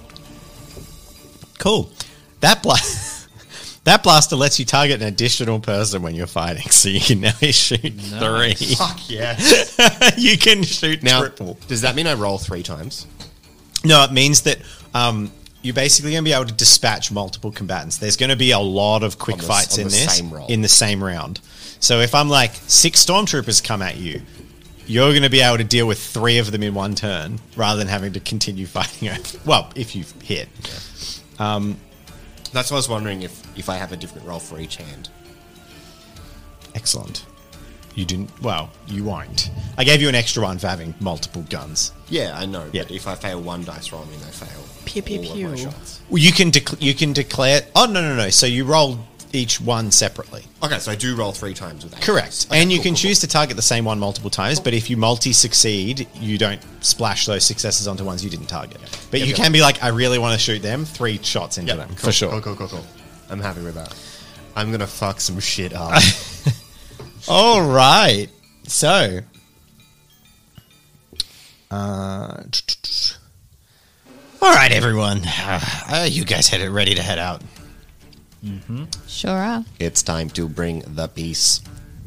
B: Cool. That blast. That blaster lets you target an additional person when you're fighting, so you can now shoot
D: Nice.
B: three.
A: Fuck yeah.
B: you can shoot
A: Now,
B: triple.
A: does that mean I roll three times?
B: No, it means that um, you're basically going to be able to dispatch multiple combatants. There's going to be a lot of quick
A: On the-
B: fights
A: on
B: in
A: the
B: this
A: same roll.
B: in the same round. So if I'm like six stormtroopers come at you, you're going to be able to deal with three of them in one turn rather than having to continue fighting. over- Well, if you hit,
A: That's why I was wondering if, if I have a different roll for each hand.
B: excellent. You didn't. Well, you won't. I gave you an extra one for having multiple guns.
A: Yeah, I know. But
B: Yeah.
A: if I fail one dice roll, I mean I fail.
F: Pew, pew,
A: all of my
F: pew.
A: shots.
B: Well, you can dec- you can declare. Oh no no no! So you roll each one separately.
A: Okay, so I do roll three times with that.
B: Correct, and you can choose to target the same one multiple times. But if you multi succeed, you don't splash those successes onto ones you didn't target. But
A: Yep,
B: you
A: yep.
B: can be like, I really want to shoot them. Three shots into
A: Yeah,
B: them for sure.
A: Cool, cool, cool, cool. I'm happy with that. I'm gonna fuck some shit up.
B: All right. So, uh, all right, everyone. Uh, you guys had it ready to head out.
C: Sure are.
A: it's time to bring the peace.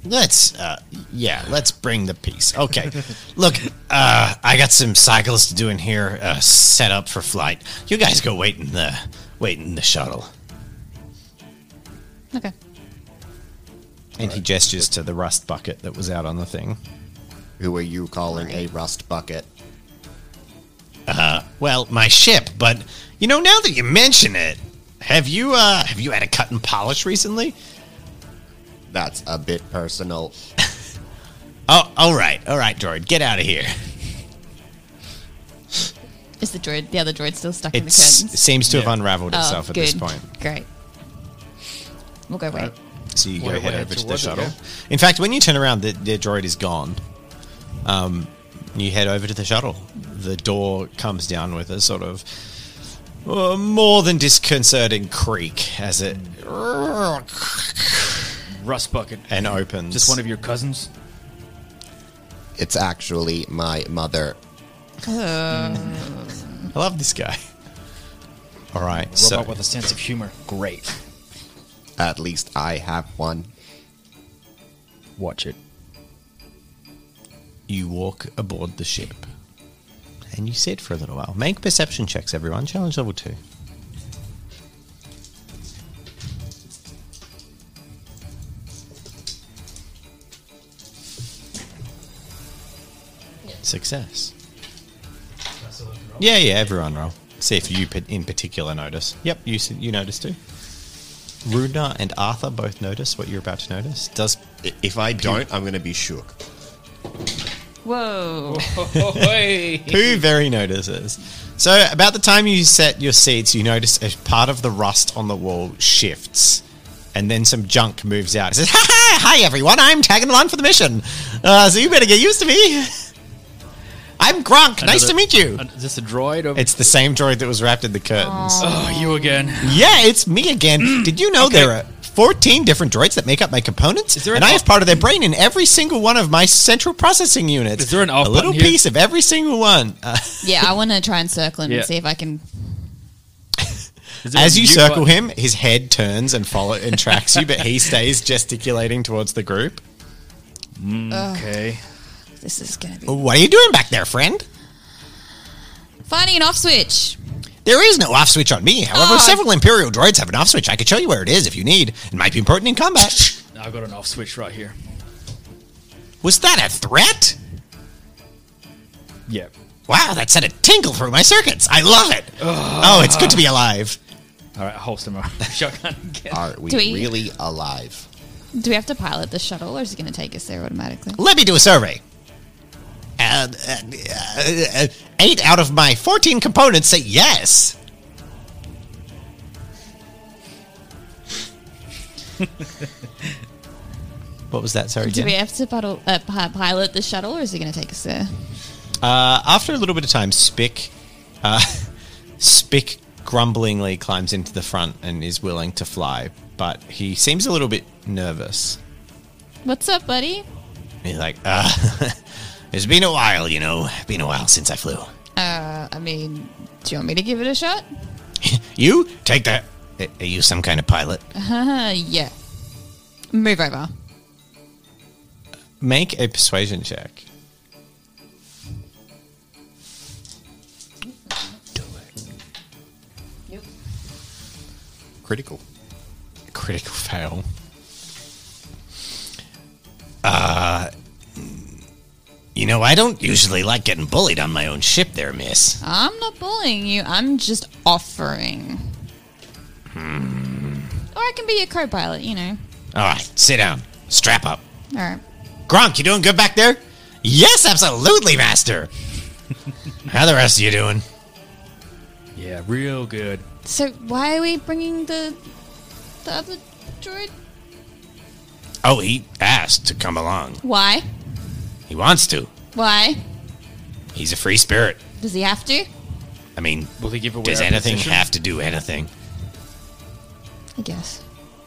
B: Let's, uh, yeah, let's bring the peace. Okay. Look, uh, I got some cycles to do in here, uh, set up for flight. You guys go wait in the, wait in the shuttle.
C: Okay.
B: And he gestures to the rust bucket that was out on the thing.
A: Who are you calling a rust bucket?
B: Well, my ship, but you know, now that you mention it, have you, uh, have you had a cut and polish recently?
A: That's a bit personal.
B: Oh, all right, all right, droid, get out of here.
C: Is the droid the other droid still stuck in
B: It
C: the curtains?
B: seems to have unraveled
C: Oh,
B: itself at this
C: good.
B: point. Uh,
C: Great. We'll go wait.
B: So you go
D: Wait,
B: head
D: wait,
B: over to the
D: towards it,
B: shuttle.
D: yeah.
B: In fact, when you turn around, the, the droid is gone. Um, you head over to the shuttle. The door comes down with a sort of uh, more than disconcerting creak as it
D: Rust bucket.
B: and opens.
D: Just one of your cousins.
A: It's actually my mother.
B: I love this guy. All right,
D: Robot
B: so
D: with a sense of humor. Great.
A: At least I have one.
D: Watch it.
B: you walk aboard the ship and you sit for a little while. Make perception checks, everyone. Challenge level two. Success. Yeah, yeah, everyone roll. See if you pa- in particular notice. Yep, you s- you notice too. Rudna and Arthur both notice what you're about to notice. Does
A: I- If I don't, I'm gonna be shook.
C: Whoa.
B: oh. Pooh very notices. So, about the time you set your seats, you notice a part of the rust on the wall shifts, and then some junk moves out. It says, "Ha ha! Hi everyone, I'm tagging along for the mission, uh, so you better get used to me. I'm Gronk. Nice to
D: Another-
B: meet you.
D: Uh, Is this a droid? Or-
B: It's the same droid that was wrapped in the curtains.
D: oh, you again.
B: Yeah, it's me again. Did you know there are 14 different droids that make up my components?
D: Is there
B: and
D: an
B: I
D: off-
B: have part of their brain in every single one of my central processing units.
D: Is there an off
B: A little
D: button here?
B: piece of every single one. Uh,
C: yeah, I want to try and circle him
D: Yeah.
C: and see if I can.
D: Is there
B: as
D: a
B: you
D: mute
B: circle
D: button?
B: him, his head turns and follow and tracks you, but he stays gesticulating towards the group. Mm.
D: Okay.
C: oh, This is going to be.
B: What are you doing back there, friend?
C: Finding an off switch.
B: There is no off switch on me. However,
C: Oh.
B: several Imperial droids have an off switch. I could show you where it is if you need. It might be important in combat.
D: I've got an off switch right here.
B: Was that a threat?
D: Yep.
B: Wow, that sent a tingle through my circuits. I love it. Oh, it's good to be alive.
D: All right, holster my shotgun again.
A: Are we,
C: Do we-
A: really alive?
C: Do we have to pilot the shuttle or is it going to take us there automatically?
B: Let me do a survey. Uh, uh, uh, uh, eight out of my 14 components say yes. what was that? Sorry,
C: Do we have to puddle, uh, pi- pilot the shuttle or is it going to take us there?
B: Uh, after a little bit of time, Spick, uh, Spick grumblingly climbs into the front and is willing to fly, but he seems a little bit nervous.
C: What's up, buddy?
B: He's like, uh, it's been a while, you know, been a while since I flew.
C: Uh, I mean, do you want me to give it a shot?
B: You take that. Are you some kind of pilot?
C: Uh, yeah. Move over.
B: Make a persuasion check. Do it.
A: critical.
B: critical fail. Uh, you know, I don't usually like getting bullied on my own ship there, miss.
C: I'm not bullying you. I'm just offering. Hmm. Or I can be your co-pilot. You know.
B: All right, sit down. Strap up.
C: All right.
B: Gronk, you doing good back there? Yes, absolutely, master. How the rest of you doing?
D: Yeah, real good.
C: So why are we bringing the the other droid?
B: Oh, he asked to come along.
C: Why?
B: He wants to.
C: Why
B: He's a free spirit.
C: does he have to?
B: I mean,
D: Will they give away
B: does
D: our
B: anything
D: position?
B: have to do anything?
C: I guess.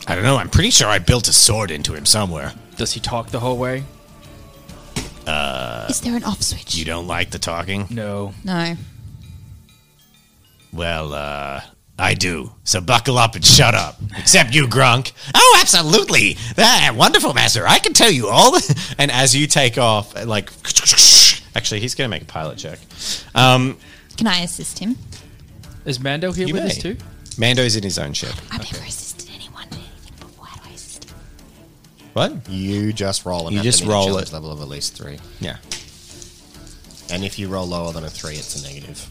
B: I don't know. I'm pretty sure I built a sword into him somewhere.
D: Does he talk the whole way?
C: Is there an off switch?
B: You don't like the talking?
D: No.
C: no.
B: Well, uh, I do. So buckle up and shut up. Except you, Grunk. Oh, absolutely. Ah, wonderful, Master. I can tell you all. the- and as you take off, like, actually, he's going to make a pilot check. Um,
C: Can I assist him?
D: Is Mando here
B: You
D: with
B: may.
D: us too?
B: Mando's in his own ship.
C: I've never assisted anyone in anything before. How do I assist him?
B: What?
A: You just roll. and
B: You
A: have
B: just
A: to meet a
B: roll
A: challenge
B: it.
A: Level of at least three,
B: Yeah.
A: and if you roll lower than a three, it's a negative.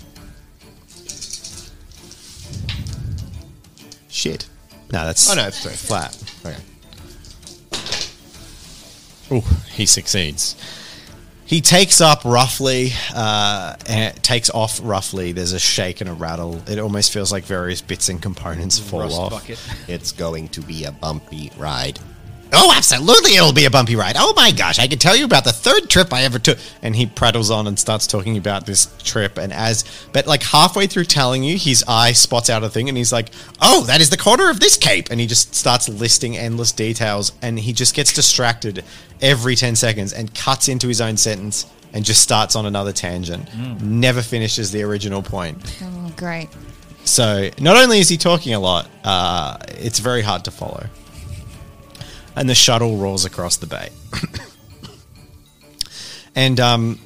A: Shit.
B: No, that's.
A: Oh no, it's three.
B: Flat.
A: Okay.
B: Ooh, he succeeds. He takes up roughly, uh, and it takes off roughly. There's a shake and a rattle. It almost feels like various bits and components fall
D: Rust
B: off.
D: bucket.
A: It's going to be a bumpy ride.
B: Oh, absolutely, it'll be a bumpy ride. Oh my gosh, I can tell you about the third trip I ever took. And he prattles on and starts talking about this trip. And as, but like halfway through telling you, his eye spots out a thing and he's like, oh, that is the corner of this cape. And he just starts listing endless details and he just gets distracted every 10 seconds and cuts into his own sentence and just starts on another tangent. Never finishes the original point.
C: Oh, great.
B: So not only is he talking a lot, uh, it's very hard to follow. And the shuttle rolls across the bay. and um,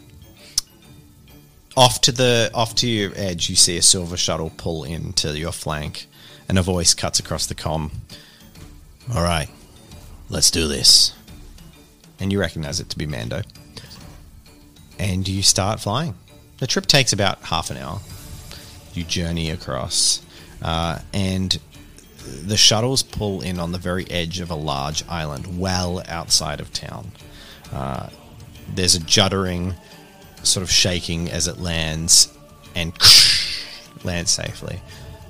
B: off to the off to your edge, you see a silver shuttle pull into your flank, and a voice cuts across the com. All right, let's do this. And you recognize it to be Mando. And you start flying. The trip takes about half an hour you journey across, uh, and the shuttles pull in on the very edge of a large island, well outside of town. Uh, there's a juddering, sort of shaking as it lands, and lands safely.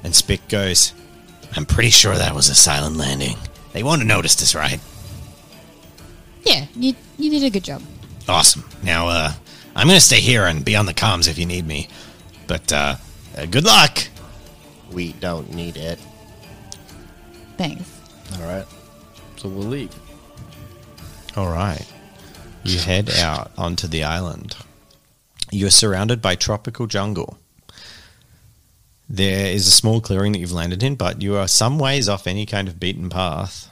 B: And Spick goes, "I'm pretty sure that was a silent landing. They won't have noticed us, right?
C: Yeah, you you did a good job.
B: Awesome. Now, uh, I'm gonna stay here and be on the comms if you need me, but uh, uh, good luck."
A: We don't need it.
C: Thanks.
D: All right. So we'll leave.
B: All right. You head out onto the island. You're surrounded by tropical jungle. There is a small clearing that you've landed in, but you are some ways off any kind of beaten path.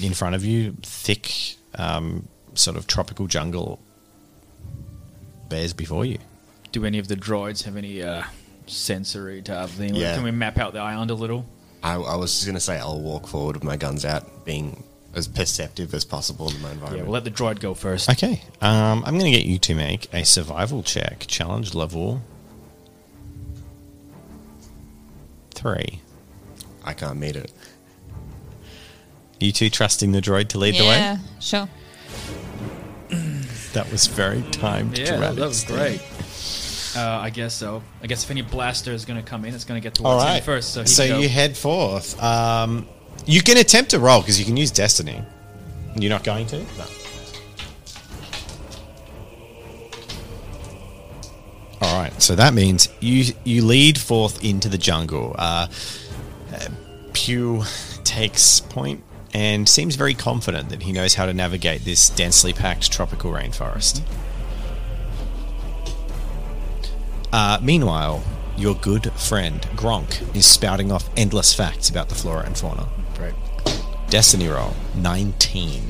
B: In front of you, thick, um, sort of tropical jungle bears before you.
D: Do any of the droids have any uh, sensory type thing?
A: Yeah.
D: Can we map out the island a little?
A: I, I was just gonna say I'll walk forward with my guns out, being as perceptive as possible in my
D: Yeah,
A: environment.
D: we'll let the droid go first.
B: Okay. Um, I'm going to get you to make a survival check, challenge level three.
A: I can't meet it.
B: You two trusting the droid to lead
C: yeah, sure.
B: the way? That was very timed
D: Yeah, that, that was great. Uh, I guess so. I guess if any blaster is going to come in, it's going to get
B: All
D: towards
B: right.
D: him first. So, he
B: so
D: can go.
B: you head forth. Um, you can attempt to roll because you can use Destiny. You're not going to? No. All right. So that means you you lead forth into the jungle. Uh, uh, Pew takes point and seems very confident that he knows how to navigate this densely packed tropical rainforest. Uh, meanwhile, your good friend Gronk is spouting off endless facts about the flora and fauna.
D: Right.
B: Destiny roll 19.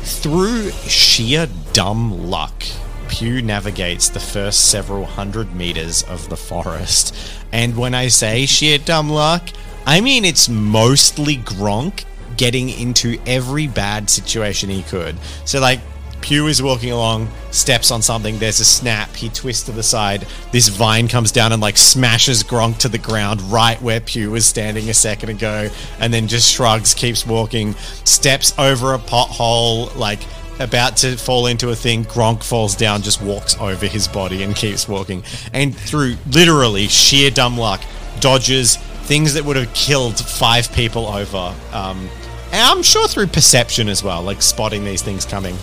B: Through sheer dumb luck, Pew navigates the first several hundred meters of the forest. And when I say sheer dumb luck, I mean it's mostly Gronk getting into every bad situation he could. So, like, Pew is walking along, steps on something, there's a snap, he twists to the side, this vine comes down and, like, smashes Gronk to the ground right where Pew was standing a second ago, and then just shrugs, keeps walking, steps over a pothole, like, about to fall into a thing, Gronk falls down, just walks over his body and keeps walking. And through literally sheer dumb luck, dodges things that would have killed five people over. Um, and I'm sure through perception as well, like spotting these things coming.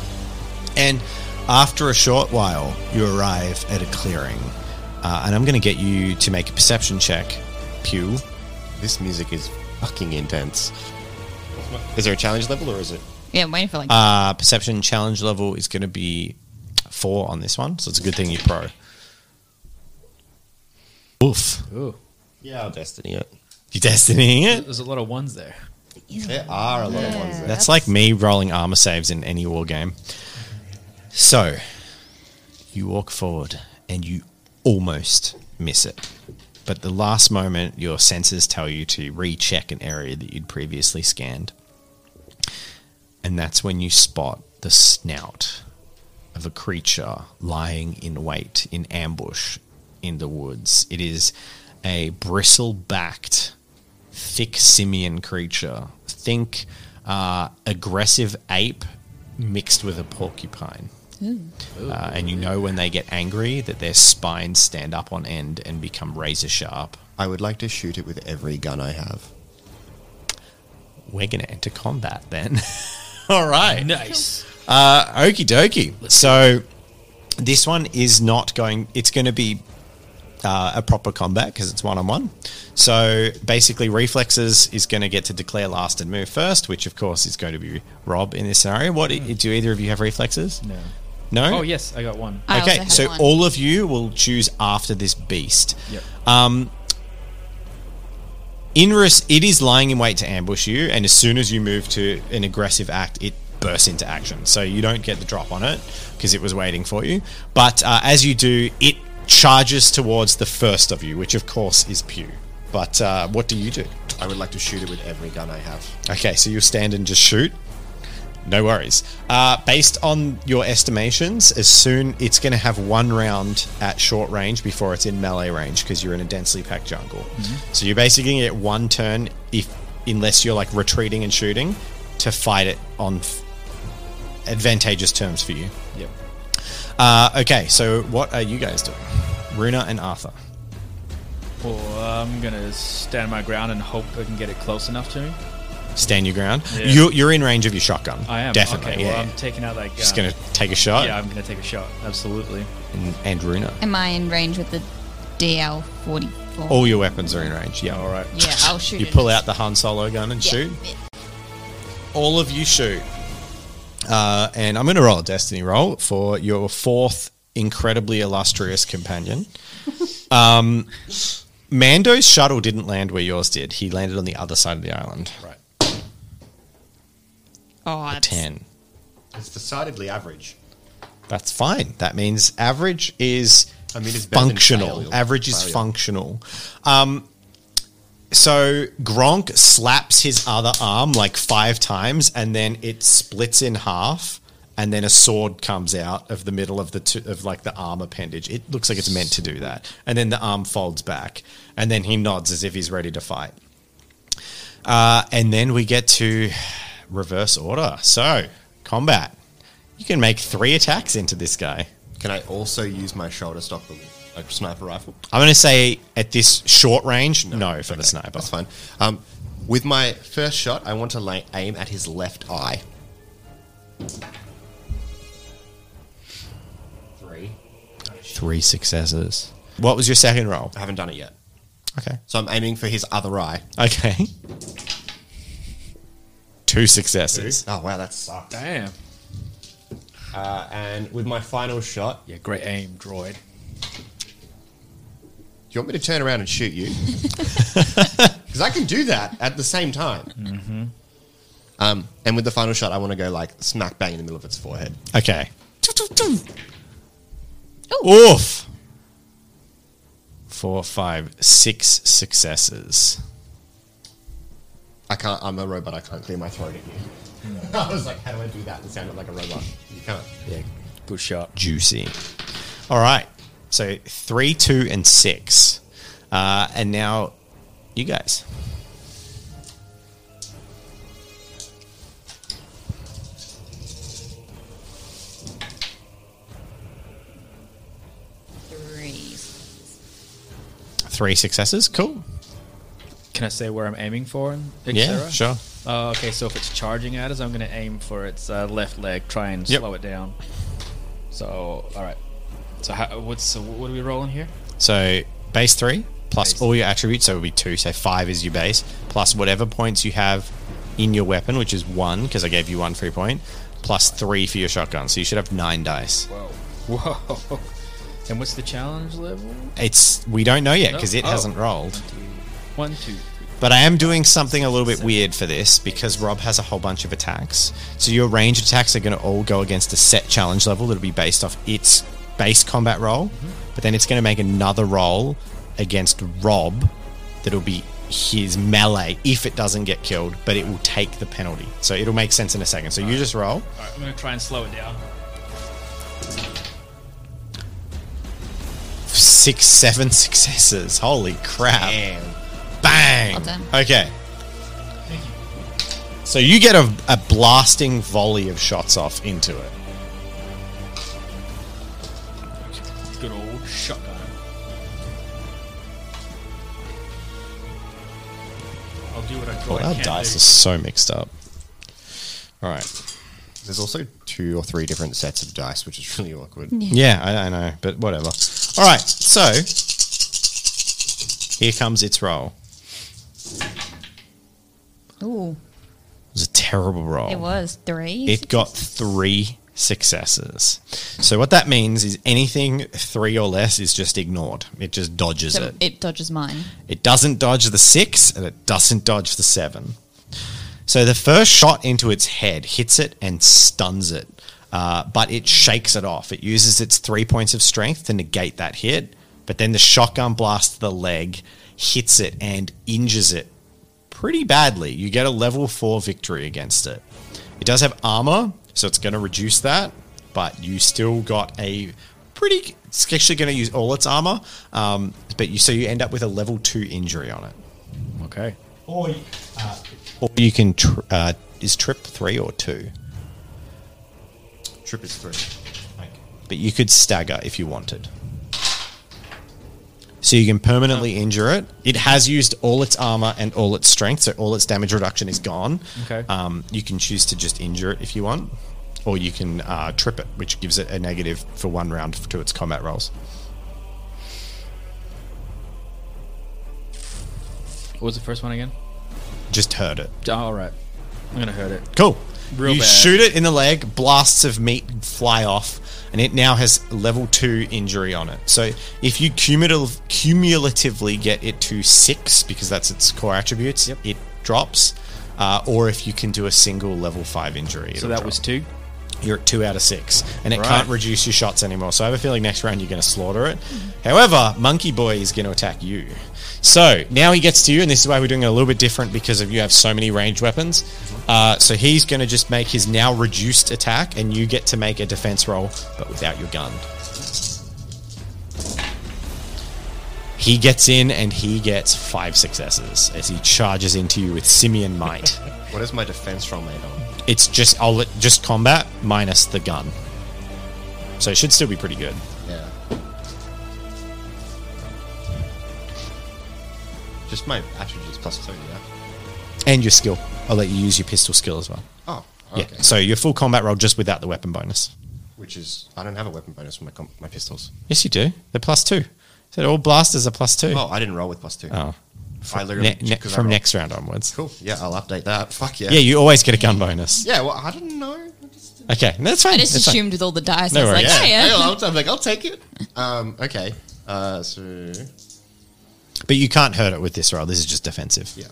B: And after a short while, you arrive at a clearing. Uh, and I'm going to get you to make a perception check, Pew.
A: This music is fucking intense. Is there a challenge level or is it?
C: Yeah, I'm waiting for like.
B: Uh, perception challenge level is going to be four on this one, so it's a good thing you pro. Oof.
D: Ooh,
A: Yeah, I'll destiny it.
B: You destinying it?
D: there's a lot of ones there.
A: There are a lot of ones there.
B: That's like me rolling armor saves in any war game. So, you walk forward and you almost miss it. But the last moment, your senses tell you to recheck an area that you'd previously scanned. And that's when you spot the snout of a creature lying in wait, in ambush in the woods. It is a bristle backed thick simian creature. Think uh, aggressive ape mixed with a porcupine. Uh, and you know when they get angry that their spines stand up on end and become razor sharp.
A: I would like to shoot it with every gun I have.
B: We're going to enter combat then. All right.
D: Nice.
B: Uh, okie dokie. So this one is not going. It's going to be uh, a proper combat because it's one on one. So basically, reflexes is going to get to declare last and move first, which of course is going to be Rob in this scenario. What do either of you have reflexes?
D: Mm. No.
B: No.
D: Oh yes, I got one.
C: I also
B: Okay,
C: have
B: so
C: one.
B: all of you will choose after this beast.
D: Yep.
B: Inrus, it is lying in wait to ambush you, and as soon as you move to an aggressive act, it bursts into action. So you don't get the drop on it because it was waiting for you. But uh, as you do, it charges towards the first of you, which of course is Pew. But uh, what do you do?
A: I would like to shoot it with every gun I have.
B: Okay, so you'll stand and just shoot. No worries. Uh, based on your estimations, as soon it's going to have one round at short range before it's in melee range because you're in a densely packed jungle.
D: Mm-hmm.
B: So you're basically gonna get one turn if unless you're like retreating and shooting to fight it on f- advantageous terms for you.
D: Yep.
B: Uh, okay, so what are you guys doing, Runa and Arthur?
D: Well, I'm gonna stand my ground and hope I can get it close enough to me.
B: Stand your ground.
D: Yeah.
B: You're, you're in range of your shotgun.
D: I am
B: definitely.
D: Okay,
B: yeah,
D: well,
B: yeah.
D: I'm taking out that gun.
B: just gonna take a shot.
D: Yeah, I'm gonna take a shot. Absolutely.
B: and, and Runa.
C: Am I in range with the DL forty four?
B: All your weapons are in range. Yeah.
D: All right.
C: Yeah, I'll shoot.
B: You
C: it.
B: pull out the Han Solo gun and
C: Yeah.
B: shoot. All of you shoot. Uh, and I'm going to roll a destiny roll for your fourth incredibly illustrious companion. Um, Mando's shuttle didn't land where yours did. He landed on the other side of the island.
D: Right.
C: Oh, that's,
B: Ten.
A: It's decidedly average.
B: That's fine. That means average is
A: I mean, it's better than
B: functional.
A: fail.
B: Average is
A: Failure.
B: functional. Um, so Gronk slaps his other arm like five times, and then it splits in half, and then a sword comes out of the middle of the two, of like the arm appendage. It looks like it's meant to do that, and then the arm folds back, and then he nods as if he's ready to fight. Uh, and then we get to reverse order. So combat. You can make three attacks into this guy.
A: Can I also use my shoulder stock with a sniper rifle?
B: I'm going to say at this short range, no, for the sniper.
A: That's fine. Um, with my first shot, I want to lay, aim at his left eye. Three.
B: Three successes. What was your second roll?
A: I haven't done it yet.
B: Okay.
A: So I'm aiming for his other eye.
B: Okay. Two successes.
A: Oh, wow, that sucks.
D: Damn.
A: Uh, and with my final shot,
D: Yeah, great aim, droid.
A: do you want me to turn around and shoot you? Because I can do that at the same time. Mm-hmm. Um, and with the final shot, I want to go like smack bang in the middle of its forehead.
B: Okay. Oof. Four, five, six successes.
A: I can't. I'm a robot. I can't clear my throat in here. I was like, how do I do that and sound like a robot? You can't.
B: Yeah,
D: Good shot.
B: juicy. All right. So three, two, and six. Uh, and now you guys.
C: Three.
B: Three successes. Cool.
D: Can I say where I'm aiming for? And et
B: Yeah,
D: cetera?
B: sure.
D: Oh, okay, so if it's charging at us, I'm going to aim for its uh, left leg, try and
B: Yep.
D: slow it down. So, all right. So, how, what's so what are we rolling here?
B: So base three plus
D: Base.
B: all your attributes, so it would be two. So five is your base plus whatever points you have in your weapon, which is one because I gave you one free point, plus three for your shotgun. So you should have nine dice.
D: Whoa, whoa! And what's the challenge level?
B: It's we don't know yet because
D: No?
B: it
D: Oh.
B: hasn't rolled.
D: One, two, three.
B: But I am doing something a little bit weird for this because Rob has a whole bunch of attacks. So your range attacks are going to all go against a set challenge level that'll be based off its base combat roll, but then it's going to make another roll against Rob that'll be his melee if it doesn't get killed, but it will take the penalty. So it'll make sense in a second. So you just roll.
D: All right, I'm going to try and slow it down.
B: Six, seven successes. Holy crap. Bang.
C: Well done.
B: Okay. So you get a, a blasting volley of shots off into it.
D: Good old shotgun. I'll do what I
B: Well,
D: can.
B: our
D: can't
B: dice
D: do.
B: are so mixed up. All right.
A: There's also two or three different sets of dice, which is really awkward.
B: Yeah, I, I know, but whatever. All right. So here comes its roll.
C: Ooh,
B: It was a terrible roll.
C: it was three.
B: Oh. It got three successes. So what that means is anything three or less is just ignored. It just dodges
C: So
B: it.
C: it dodges mine.
B: It doesn't dodge the six and it doesn't dodge the seven. So the first shot into its head hits it and stuns it, uh, but it shakes it off. It uses its three points of strength to negate that hit, but then the shotgun blast to the leg hits it and injures it pretty badly. You get a level four victory against it. It does have armor, so it's going to reduce that, but you still got a pretty. It's actually going to use all its armor, um, but you so you end up with a level two injury on it.
D: Okay.
E: Or you- uh,
B: Or you can tr- uh, is trip three or two,
A: Trip is three.
B: but you could stagger if you wanted. So you can permanently injure it. It has used all its armor and all its strength, so all its damage reduction is gone.
D: Okay.
B: Um, you can choose to just injure it if you want, or you can uh, trip it, which gives it a negative for one round f- to its combat rolls.
D: What was the first one again?
B: Just hurt it.
D: Oh, all right. I'm going to hurt it.
B: Cool.
D: Real
B: you
D: bad.
B: shoot it in the leg, blasts of meat fly off, and it now has level two injury on it. So if you cumulative, cumulatively get it to six, because that's its core attributes, it drops. Uh, or if you can do a single level five injury.
D: So
B: it'll
D: that
B: drop.
D: was two.
B: You're at two out of six, and it
D: Right.
B: can't reduce your shots anymore. So I have a feeling next round you're going to slaughter it. However, Monkey Boy is going to attack you. So now he gets to you, and this is why we're doing it a little bit different because of you have so many ranged weapons. Uh, so he's going to just make his now reduced attack, and you get to make a defense roll, but without your gun. He gets in, and he gets five successes as he charges into you with Simeon Might.
A: What is my defense roll made on?
B: It's just I'll let just combat minus the gun. So it should still be pretty good.
A: Yeah. Just my attributes plus two, yeah.
B: And your skill. I'll let you use your pistol skill as well.
A: Oh, okay.
B: Yeah. So your full combat roll just without the weapon bonus.
A: Which is, I don't have a weapon bonus for my, com- my pistols.
B: Yes, you do. They're plus two. So all blasters are plus two.
A: Oh, I didn't roll with plus two.
B: Oh.
A: I literally
B: Ne- ne-
A: 'cause I
B: from
A: rolled-
B: next round onwards.
A: Cool. Yeah, I'll update that. Fuck yeah.
B: Yeah, you always get a gun bonus.
A: Yeah, well, I didn't know. I just-
B: Okay, no, that's fine.
C: I just
B: that's fine.
C: assumed with all the dice.
B: No
C: I was
B: worries.
C: like,
A: Yeah,
C: oh, yeah.
A: I'll, I'm like, I'll take it. Um, okay. Uh, so,
B: But you can't hurt it with this roll. This is just defensive.
A: yeah.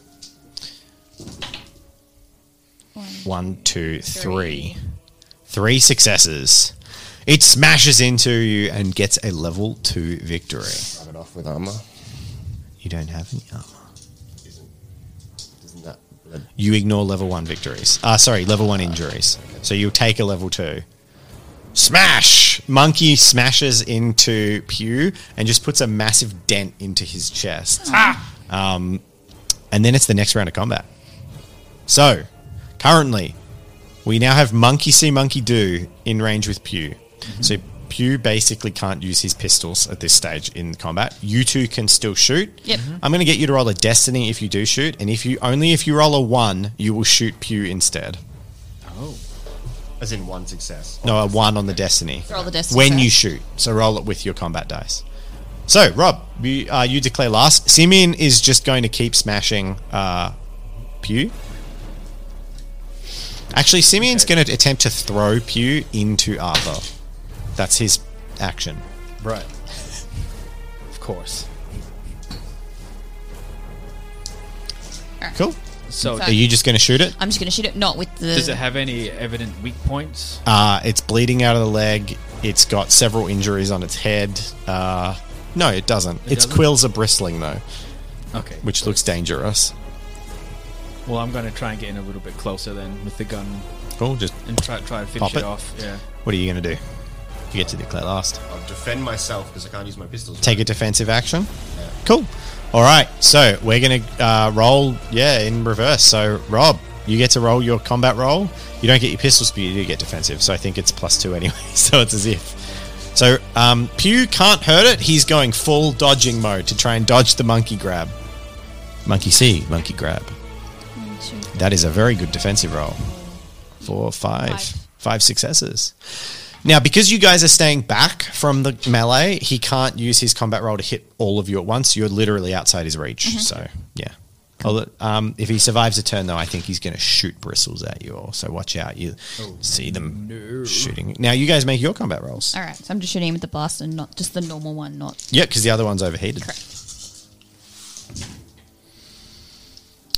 B: One, two, three.
C: Three.
B: Three successes. It smashes into you and gets a level two victory.
A: Rub it off with armor.
B: You don't have any armor.
A: Isn't, isn't that blood?
B: You ignore level one victories. Uh, sorry, level one injuries. So you'll take a level two. Smash! Monkey smashes into Pew and just puts a massive dent into his chest. Um, and then it's the next round of combat. So, currently, we now have Monkey See Monkey Do in range with Pew. So Pew basically can't use his pistols at this stage in combat. You two can still shoot.
C: Yep. Mhm.
B: I'm going to get you to roll a destiny if you do shoot, and if you only if you roll a one, you will shoot Pew instead.
D: Oh.
A: As in one success.
B: No, a one on the destiny.
C: Roll the destiny
B: when
C: first.
B: you shoot. So roll it with your combat dice. So Rob, you, uh, you declare last. Simeon is just going to keep smashing uh, Pew. Actually, Simeon's going to attempt to throw Pew into Arthur. That's his action.
D: Right. Of course.
B: Cool.
D: So,
C: So-
B: Are you just going to shoot it?
C: I'm just going to shoot it, not with the.
D: does it have any evident weak points?
B: Uh, it's bleeding out of the leg. It's got several injuries on its head. Uh, no, it doesn't. its
D: doesn't?
B: quills are bristling though,
D: Okay.
B: which looks dangerous.
D: Well, I'm going to try and get in a little bit closer then with the gun
B: Cool. Just
D: and try try and finish
B: Pop
D: it.
B: it.
D: off. Yeah.
B: what are you going to do? You get to declare last.
A: I'll defend myself because I can't use my pistols.
B: Take a
A: right?
B: defensive action. Cool. All right. So we're going to uh, roll, yeah, in reverse. So, Rob, you get to roll your combat roll. You don't get your pistols, but you do get defensive. So I think it's plus two anyway. So it's as if. So um, Pew can't hurt it. He's going full dodging mode to try and dodge the monkey grab. Monkey C, monkey grab. That is a very good defensive roll. Four, five,
C: Five.
B: five successes. Now, because you guys are staying back from the melee, he can't use his combat roll to hit all of you at once. You're literally outside his reach.
C: Mm-hmm.
B: So, yeah. Although, um, if he survives a turn, though, I think he's going to shoot bristles at you all. So watch out. You
C: Oh,
B: see them shooting. Now, you guys make your combat rolls.
C: All right, so I'm just shooting with the blaster, not just the normal one, not.
B: Yeah, because the other one's overheated.
C: Correct.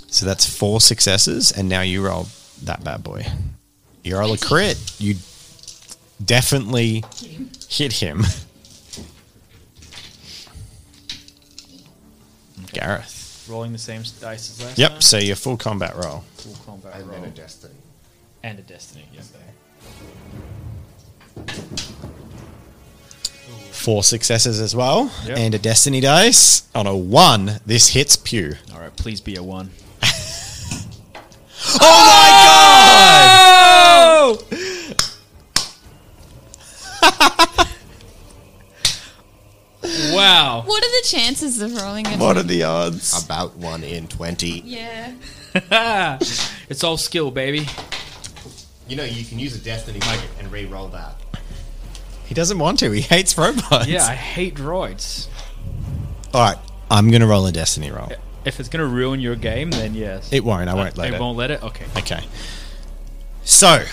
B: So that's four successes, and now you roll that bad boy. You roll a crit. You definitely hit him. Gareth.
D: Rolling the same s- dice as last time.
B: Yep, so your full combat roll.
D: Full combat
A: And
D: roll.
A: then a destiny.
D: and a destiny. Yes.
B: Four successes as well,
D: Yep.
B: and a destiny dice. On a one, this hits Pew.
D: All right. Please be a one.
B: Oh, my
D: Oh! Wow.
C: What are the chances of rolling it?
B: god! What are the odds?
A: About one in 20.
C: Yeah.
D: It's all skill, baby.
A: You know, you can use a destiny and re roll that.
B: He doesn't want to. He hates robots.
D: Yeah, I hate droids.
B: All right, I'm going to roll a destiny roll.
D: If it's gonna ruin your game, then yes.
B: It won't. I won't let
D: It
B: it.
D: won't let it. Okay.
B: Okay. So,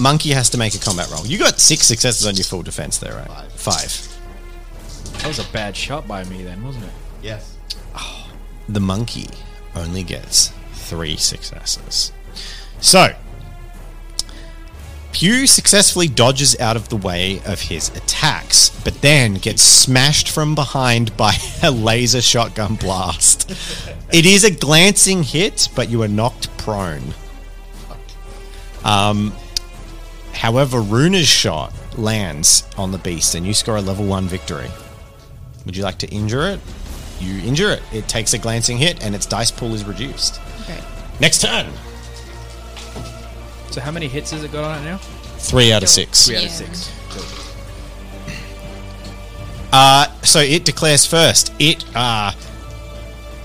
B: monkey has to make a combat roll. You got six successes on your full defense there, right?
A: Five.
D: That was a bad shot by me then, wasn't it?
A: Yes.
B: The monkey only gets three successes. So, Pew successfully dodges out of the way of his attacks, but then gets smashed from behind by a laser shotgun blast. it is a glancing hit, but you are knocked prone. Um, However, Runa's shot lands on the beast, and you score a level one victory. Would you like to injure it? You injure it. It takes a glancing hit, and its dice pool is reduced.
C: Okay.
B: Next turn.
D: So how many hits has it got on it now?
B: Three out of six.
D: Three out of
C: Yeah.
D: six.
B: Uh, so it declares first. It uh,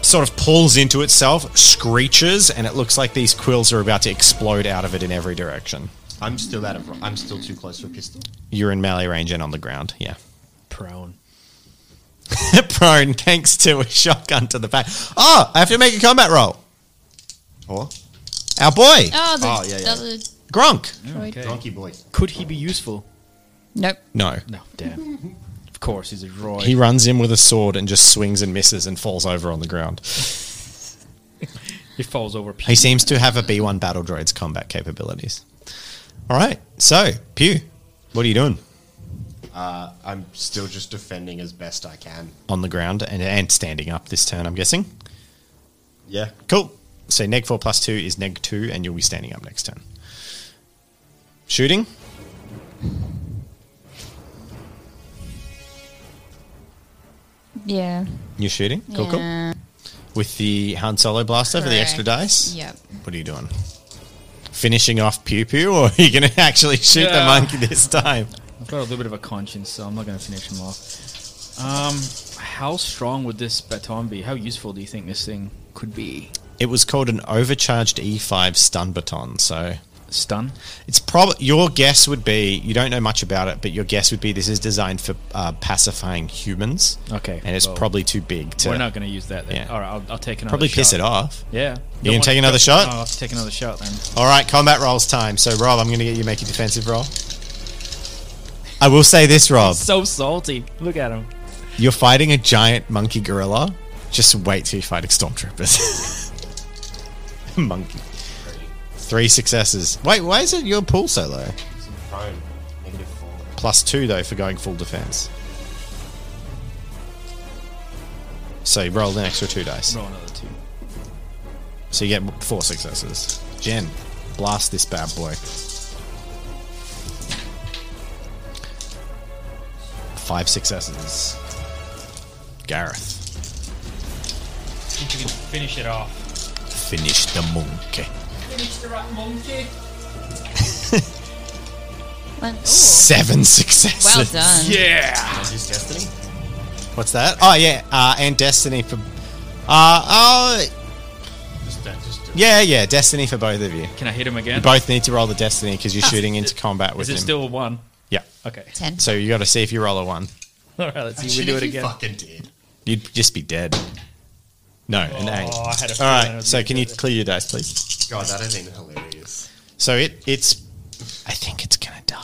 B: sort of pulls into itself, screeches, and it looks like these quills are about to explode out of it in every direction.
A: I'm still out of. I'm still too close for a pistol.
B: You're in melee range and on the ground. Yeah.
D: Prone.
B: Prone, thanks to a shotgun to the back. Oh, I have to make a combat roll.
A: Or?
B: Our boy,
C: Oh, the,
A: Oh, yeah, yeah.
C: the other
B: Gronk.
C: droid.
D: Oh, Okay.
A: Donkey boy.
D: Could he be useful?
C: Nope.
B: No.
D: No, damn. of course, he's a droid.
B: He runs in with a sword and just swings and misses and falls over on the ground.
D: He falls over.
B: He seems to have a B1 battle droid's combat capabilities. All right. So, Pew, What are you doing?
A: I'm still just defending as best I can.
B: On the ground and, and standing up this turn, I'm guessing.
A: Yeah.
B: Cool. So neg four plus two is neg two, and you'll be standing up next turn. Shooting.
C: Yeah.
B: You're shooting. Cool, cool.
C: yeah.
B: With the Han Solo blaster for the extra
C: Correct.
B: dice.
C: Yep.
B: What are you doing? Finishing off Pew Pew, or are you going to actually shoot the
D: Yeah.
B: monkey this time?
D: I've got a little bit of a conscience, so I'm not going to finish him off. Um, how strong would this baton be? How useful do you think this thing could be?
B: It was called an overcharged E5 stun baton. So
D: Stun?
B: It's probably your guess would be you don't know much about it, but your guess would be this is designed for uh, pacifying humans.
D: Okay,
B: and it's
D: well,
B: probably too big to
D: We're not going to use that. Then.
B: Yeah.
D: All right, I'll, I'll take another.
B: probably piss
D: shot.
B: it off.
D: Yeah.
B: You
D: Don't
B: gonna
D: want-
B: take another shot?
D: Oh, I'll have to take another shot then.
B: All right, combat rolls time. So Rob, I'm going to get you to make a defensive roll. I will say this, Rob,
D: So salty. Look at him.
B: you're fighting a giant monkey gorilla. Just wait till you fight stormtroopers. monkey. Three successes. Wait, why is it your pool so low?
A: Prone. Negative four.
B: plus two though for going full defense. So you rolled an extra two dice.
D: Roll another two.
B: So you get four successes. Jen, blast this bad boy. Five successes. Gareth,
E: See if you can finish it off.
B: finish the monkey.
E: Finish the rat monkey.
C: One- ooh.
B: Seven successes.
C: Well done.
D: Yeah.
A: Is this destiny?
B: What's that? Oh yeah, uh, and Destiny for. Uh, oh
E: Just, uh, just do it.
B: yeah, yeah, Destiny for both of you.
D: Can I hit him again?
B: You both need to roll the destiny because you're shooting into combat with
D: Ah. Is it
B: him.
D: still a one?
B: yeah.
D: Okay.
C: Ten.
B: So you got to see if you roll a one.
D: All right, let's see. if We do it
A: You
D: again.
A: fucking did.
B: You'd just be dead. No, an eight.
D: Oh, I had a
B: All
D: feeling it
B: right.
D: was
B: So
D: gonna
B: can
D: go
B: you
D: there.
B: clear your dice, please?
A: God, that has been hilarious.
B: So it it's. I think it's gonna die.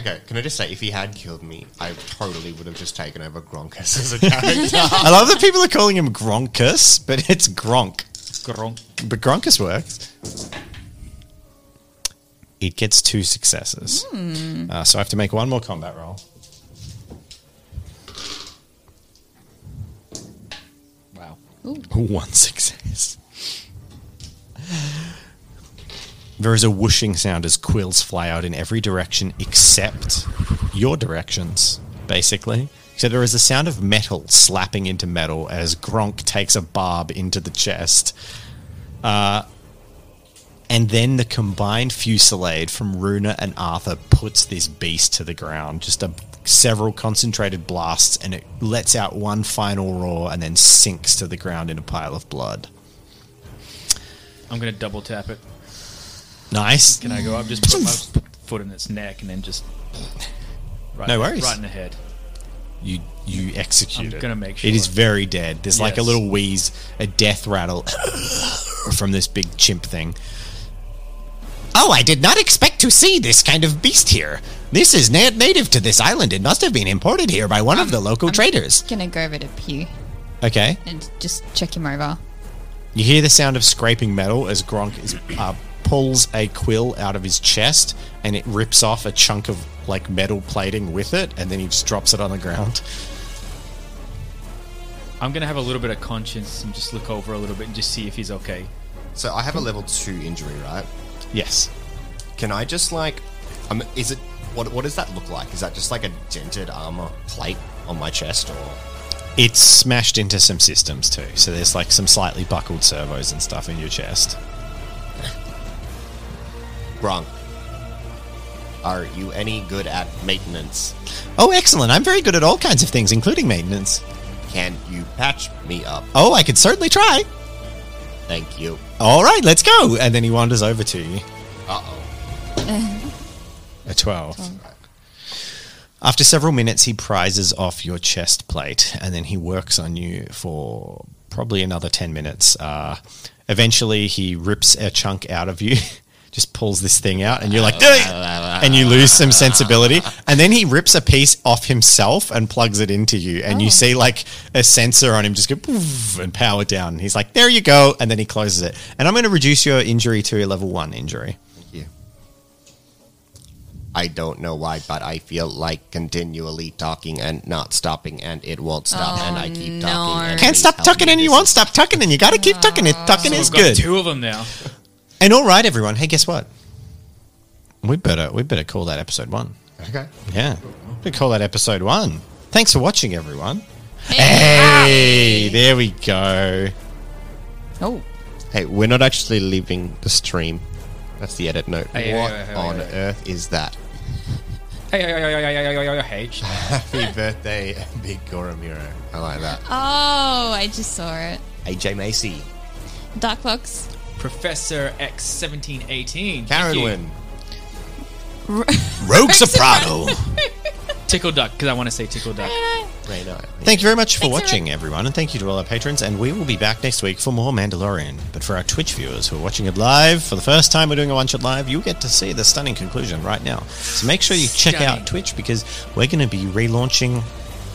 A: Okay, can I just say, if he had killed me, I totally would have just taken over Gronkus as a character.
B: I love that people are calling him Gronkus, but it's Gronk.
D: Gronk.
B: But Gronkus works. It gets two successes.
D: Hmm.
B: Uh, so I have to make one more combat roll.
D: Wow.
C: Ooh.
B: One success. There is a whooshing sound as quills fly out in every direction except your directions, basically. So there is a sound of metal slapping into metal as Gronk takes a barb into the chest. Uh, and then the combined fusillade from Runa and Arthur puts this beast to the ground. Just a several concentrated blasts, and it lets out one final roar and then sinks to the ground in a pile of blood.
D: I'm gonna double tap it.
B: Nice.
D: Can I go up? Just put my foot in its neck and then just. Right
B: No
D: in-
B: worries.
D: Right in the head.
B: you you execute
D: I'm
B: it.
D: gonna make
B: it is
D: sure.
B: very dead. There's like a
D: Yes.
B: little wheeze, a death rattle from this big chimp thing. Oh, I did not expect to see this kind of beast here. This is na- native to this island. It must have been imported here by one of the local traders.
C: Gonna go over to Pew
B: Okay.
C: and just check him over.
B: You hear the sound of scraping metal as Gronk is, uh, pulls a quill out of his chest and it rips off a chunk of like metal plating with it, and then he just drops it on the ground.
D: I'm gonna have a little bit of conscience and just look over a little bit and just see if he's okay.
A: so I have a level two injury, right?
B: Yes.
A: Can I just like, um, is it what? What does that look like? Is that just like a dented armor plate on my chest, or
B: It's smashed into some systems too, so there's like some slightly buckled servos and stuff in your chest.
A: Gronk? Are you any good at maintenance?
B: Oh, excellent! I'm very good at all kinds of things, including maintenance.
A: Can you patch me up?
B: Oh, I could certainly try.
A: Thank you.
B: All right, let's go. And then he wanders over to you.
A: Uh oh.
B: A 12. After several minutes, he prizes off your chest plate and then he works on you for probably another 10 minutes. Uh, eventually, he rips a chunk out of you, just pulls this thing out, and you're like, "Ugh!" and you lose some sensibility. And then he rips a piece off himself and plugs it into you. And you see like a sensor on him just go poof and power down. He's like, there you go. And then he closes it. And I'm going to reduce your injury to a level one injury.
A: Thank you. I don't know why, but I feel like continually talking and not stopping, and it won't stop,
C: Oh,
A: and I keep
C: no.
A: talking. and
B: Can't
A: please
B: stop
A: help
B: tucking
A: me.
B: in. You
A: This
B: won't
A: is-
B: stop tucking in. You got to keep tucking in. Tucking
D: We've
B: is
D: got
B: good.
D: two of them now.
B: And all right, everyone. Hey, guess what? We better we better call that episode one.
A: Okay.
B: Yeah, we call that episode one. Thanks for watching, everyone. Hey,
C: Hey!
B: there we go.
C: Oh.
A: Hey, we're not actually leaving the stream. That's the edit note.
D: Hey, hey,
A: what
D: hey, hey, hey,
A: on
D: hey.
A: earth is that?
D: Hey, hey, hey, hey, hey, hey, hey, hey, hey, hey.
A: Happy birthday, Big Goromiro. I like that.
C: Oh, I just saw it.
A: AJ Macy,
C: Dark Fox.
D: Professor X seventeen eighteen.
A: Carolyn.
B: Rogue Soprano.
D: Tickle duck because I want to say tickle duck.
A: Ray Knight.
B: Thank you very much for
C: Thanks,
B: watching, everyone, and thank you to all our patrons. And we will be back next week for more Mandalorian. But for our Twitch viewers who are watching it live for the first time, we're doing a one shot live. You get to see the stunning conclusion right now. So make sure you check
D: Stunning.
B: out Twitch because we're going to be relaunching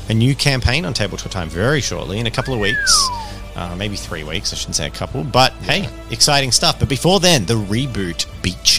B: a new campaign on Tabletop Time very shortly in a couple of weeks. Uh, maybe three weeks, I shouldn't say a couple, but hey, exciting stuff. But before then, the reboot beach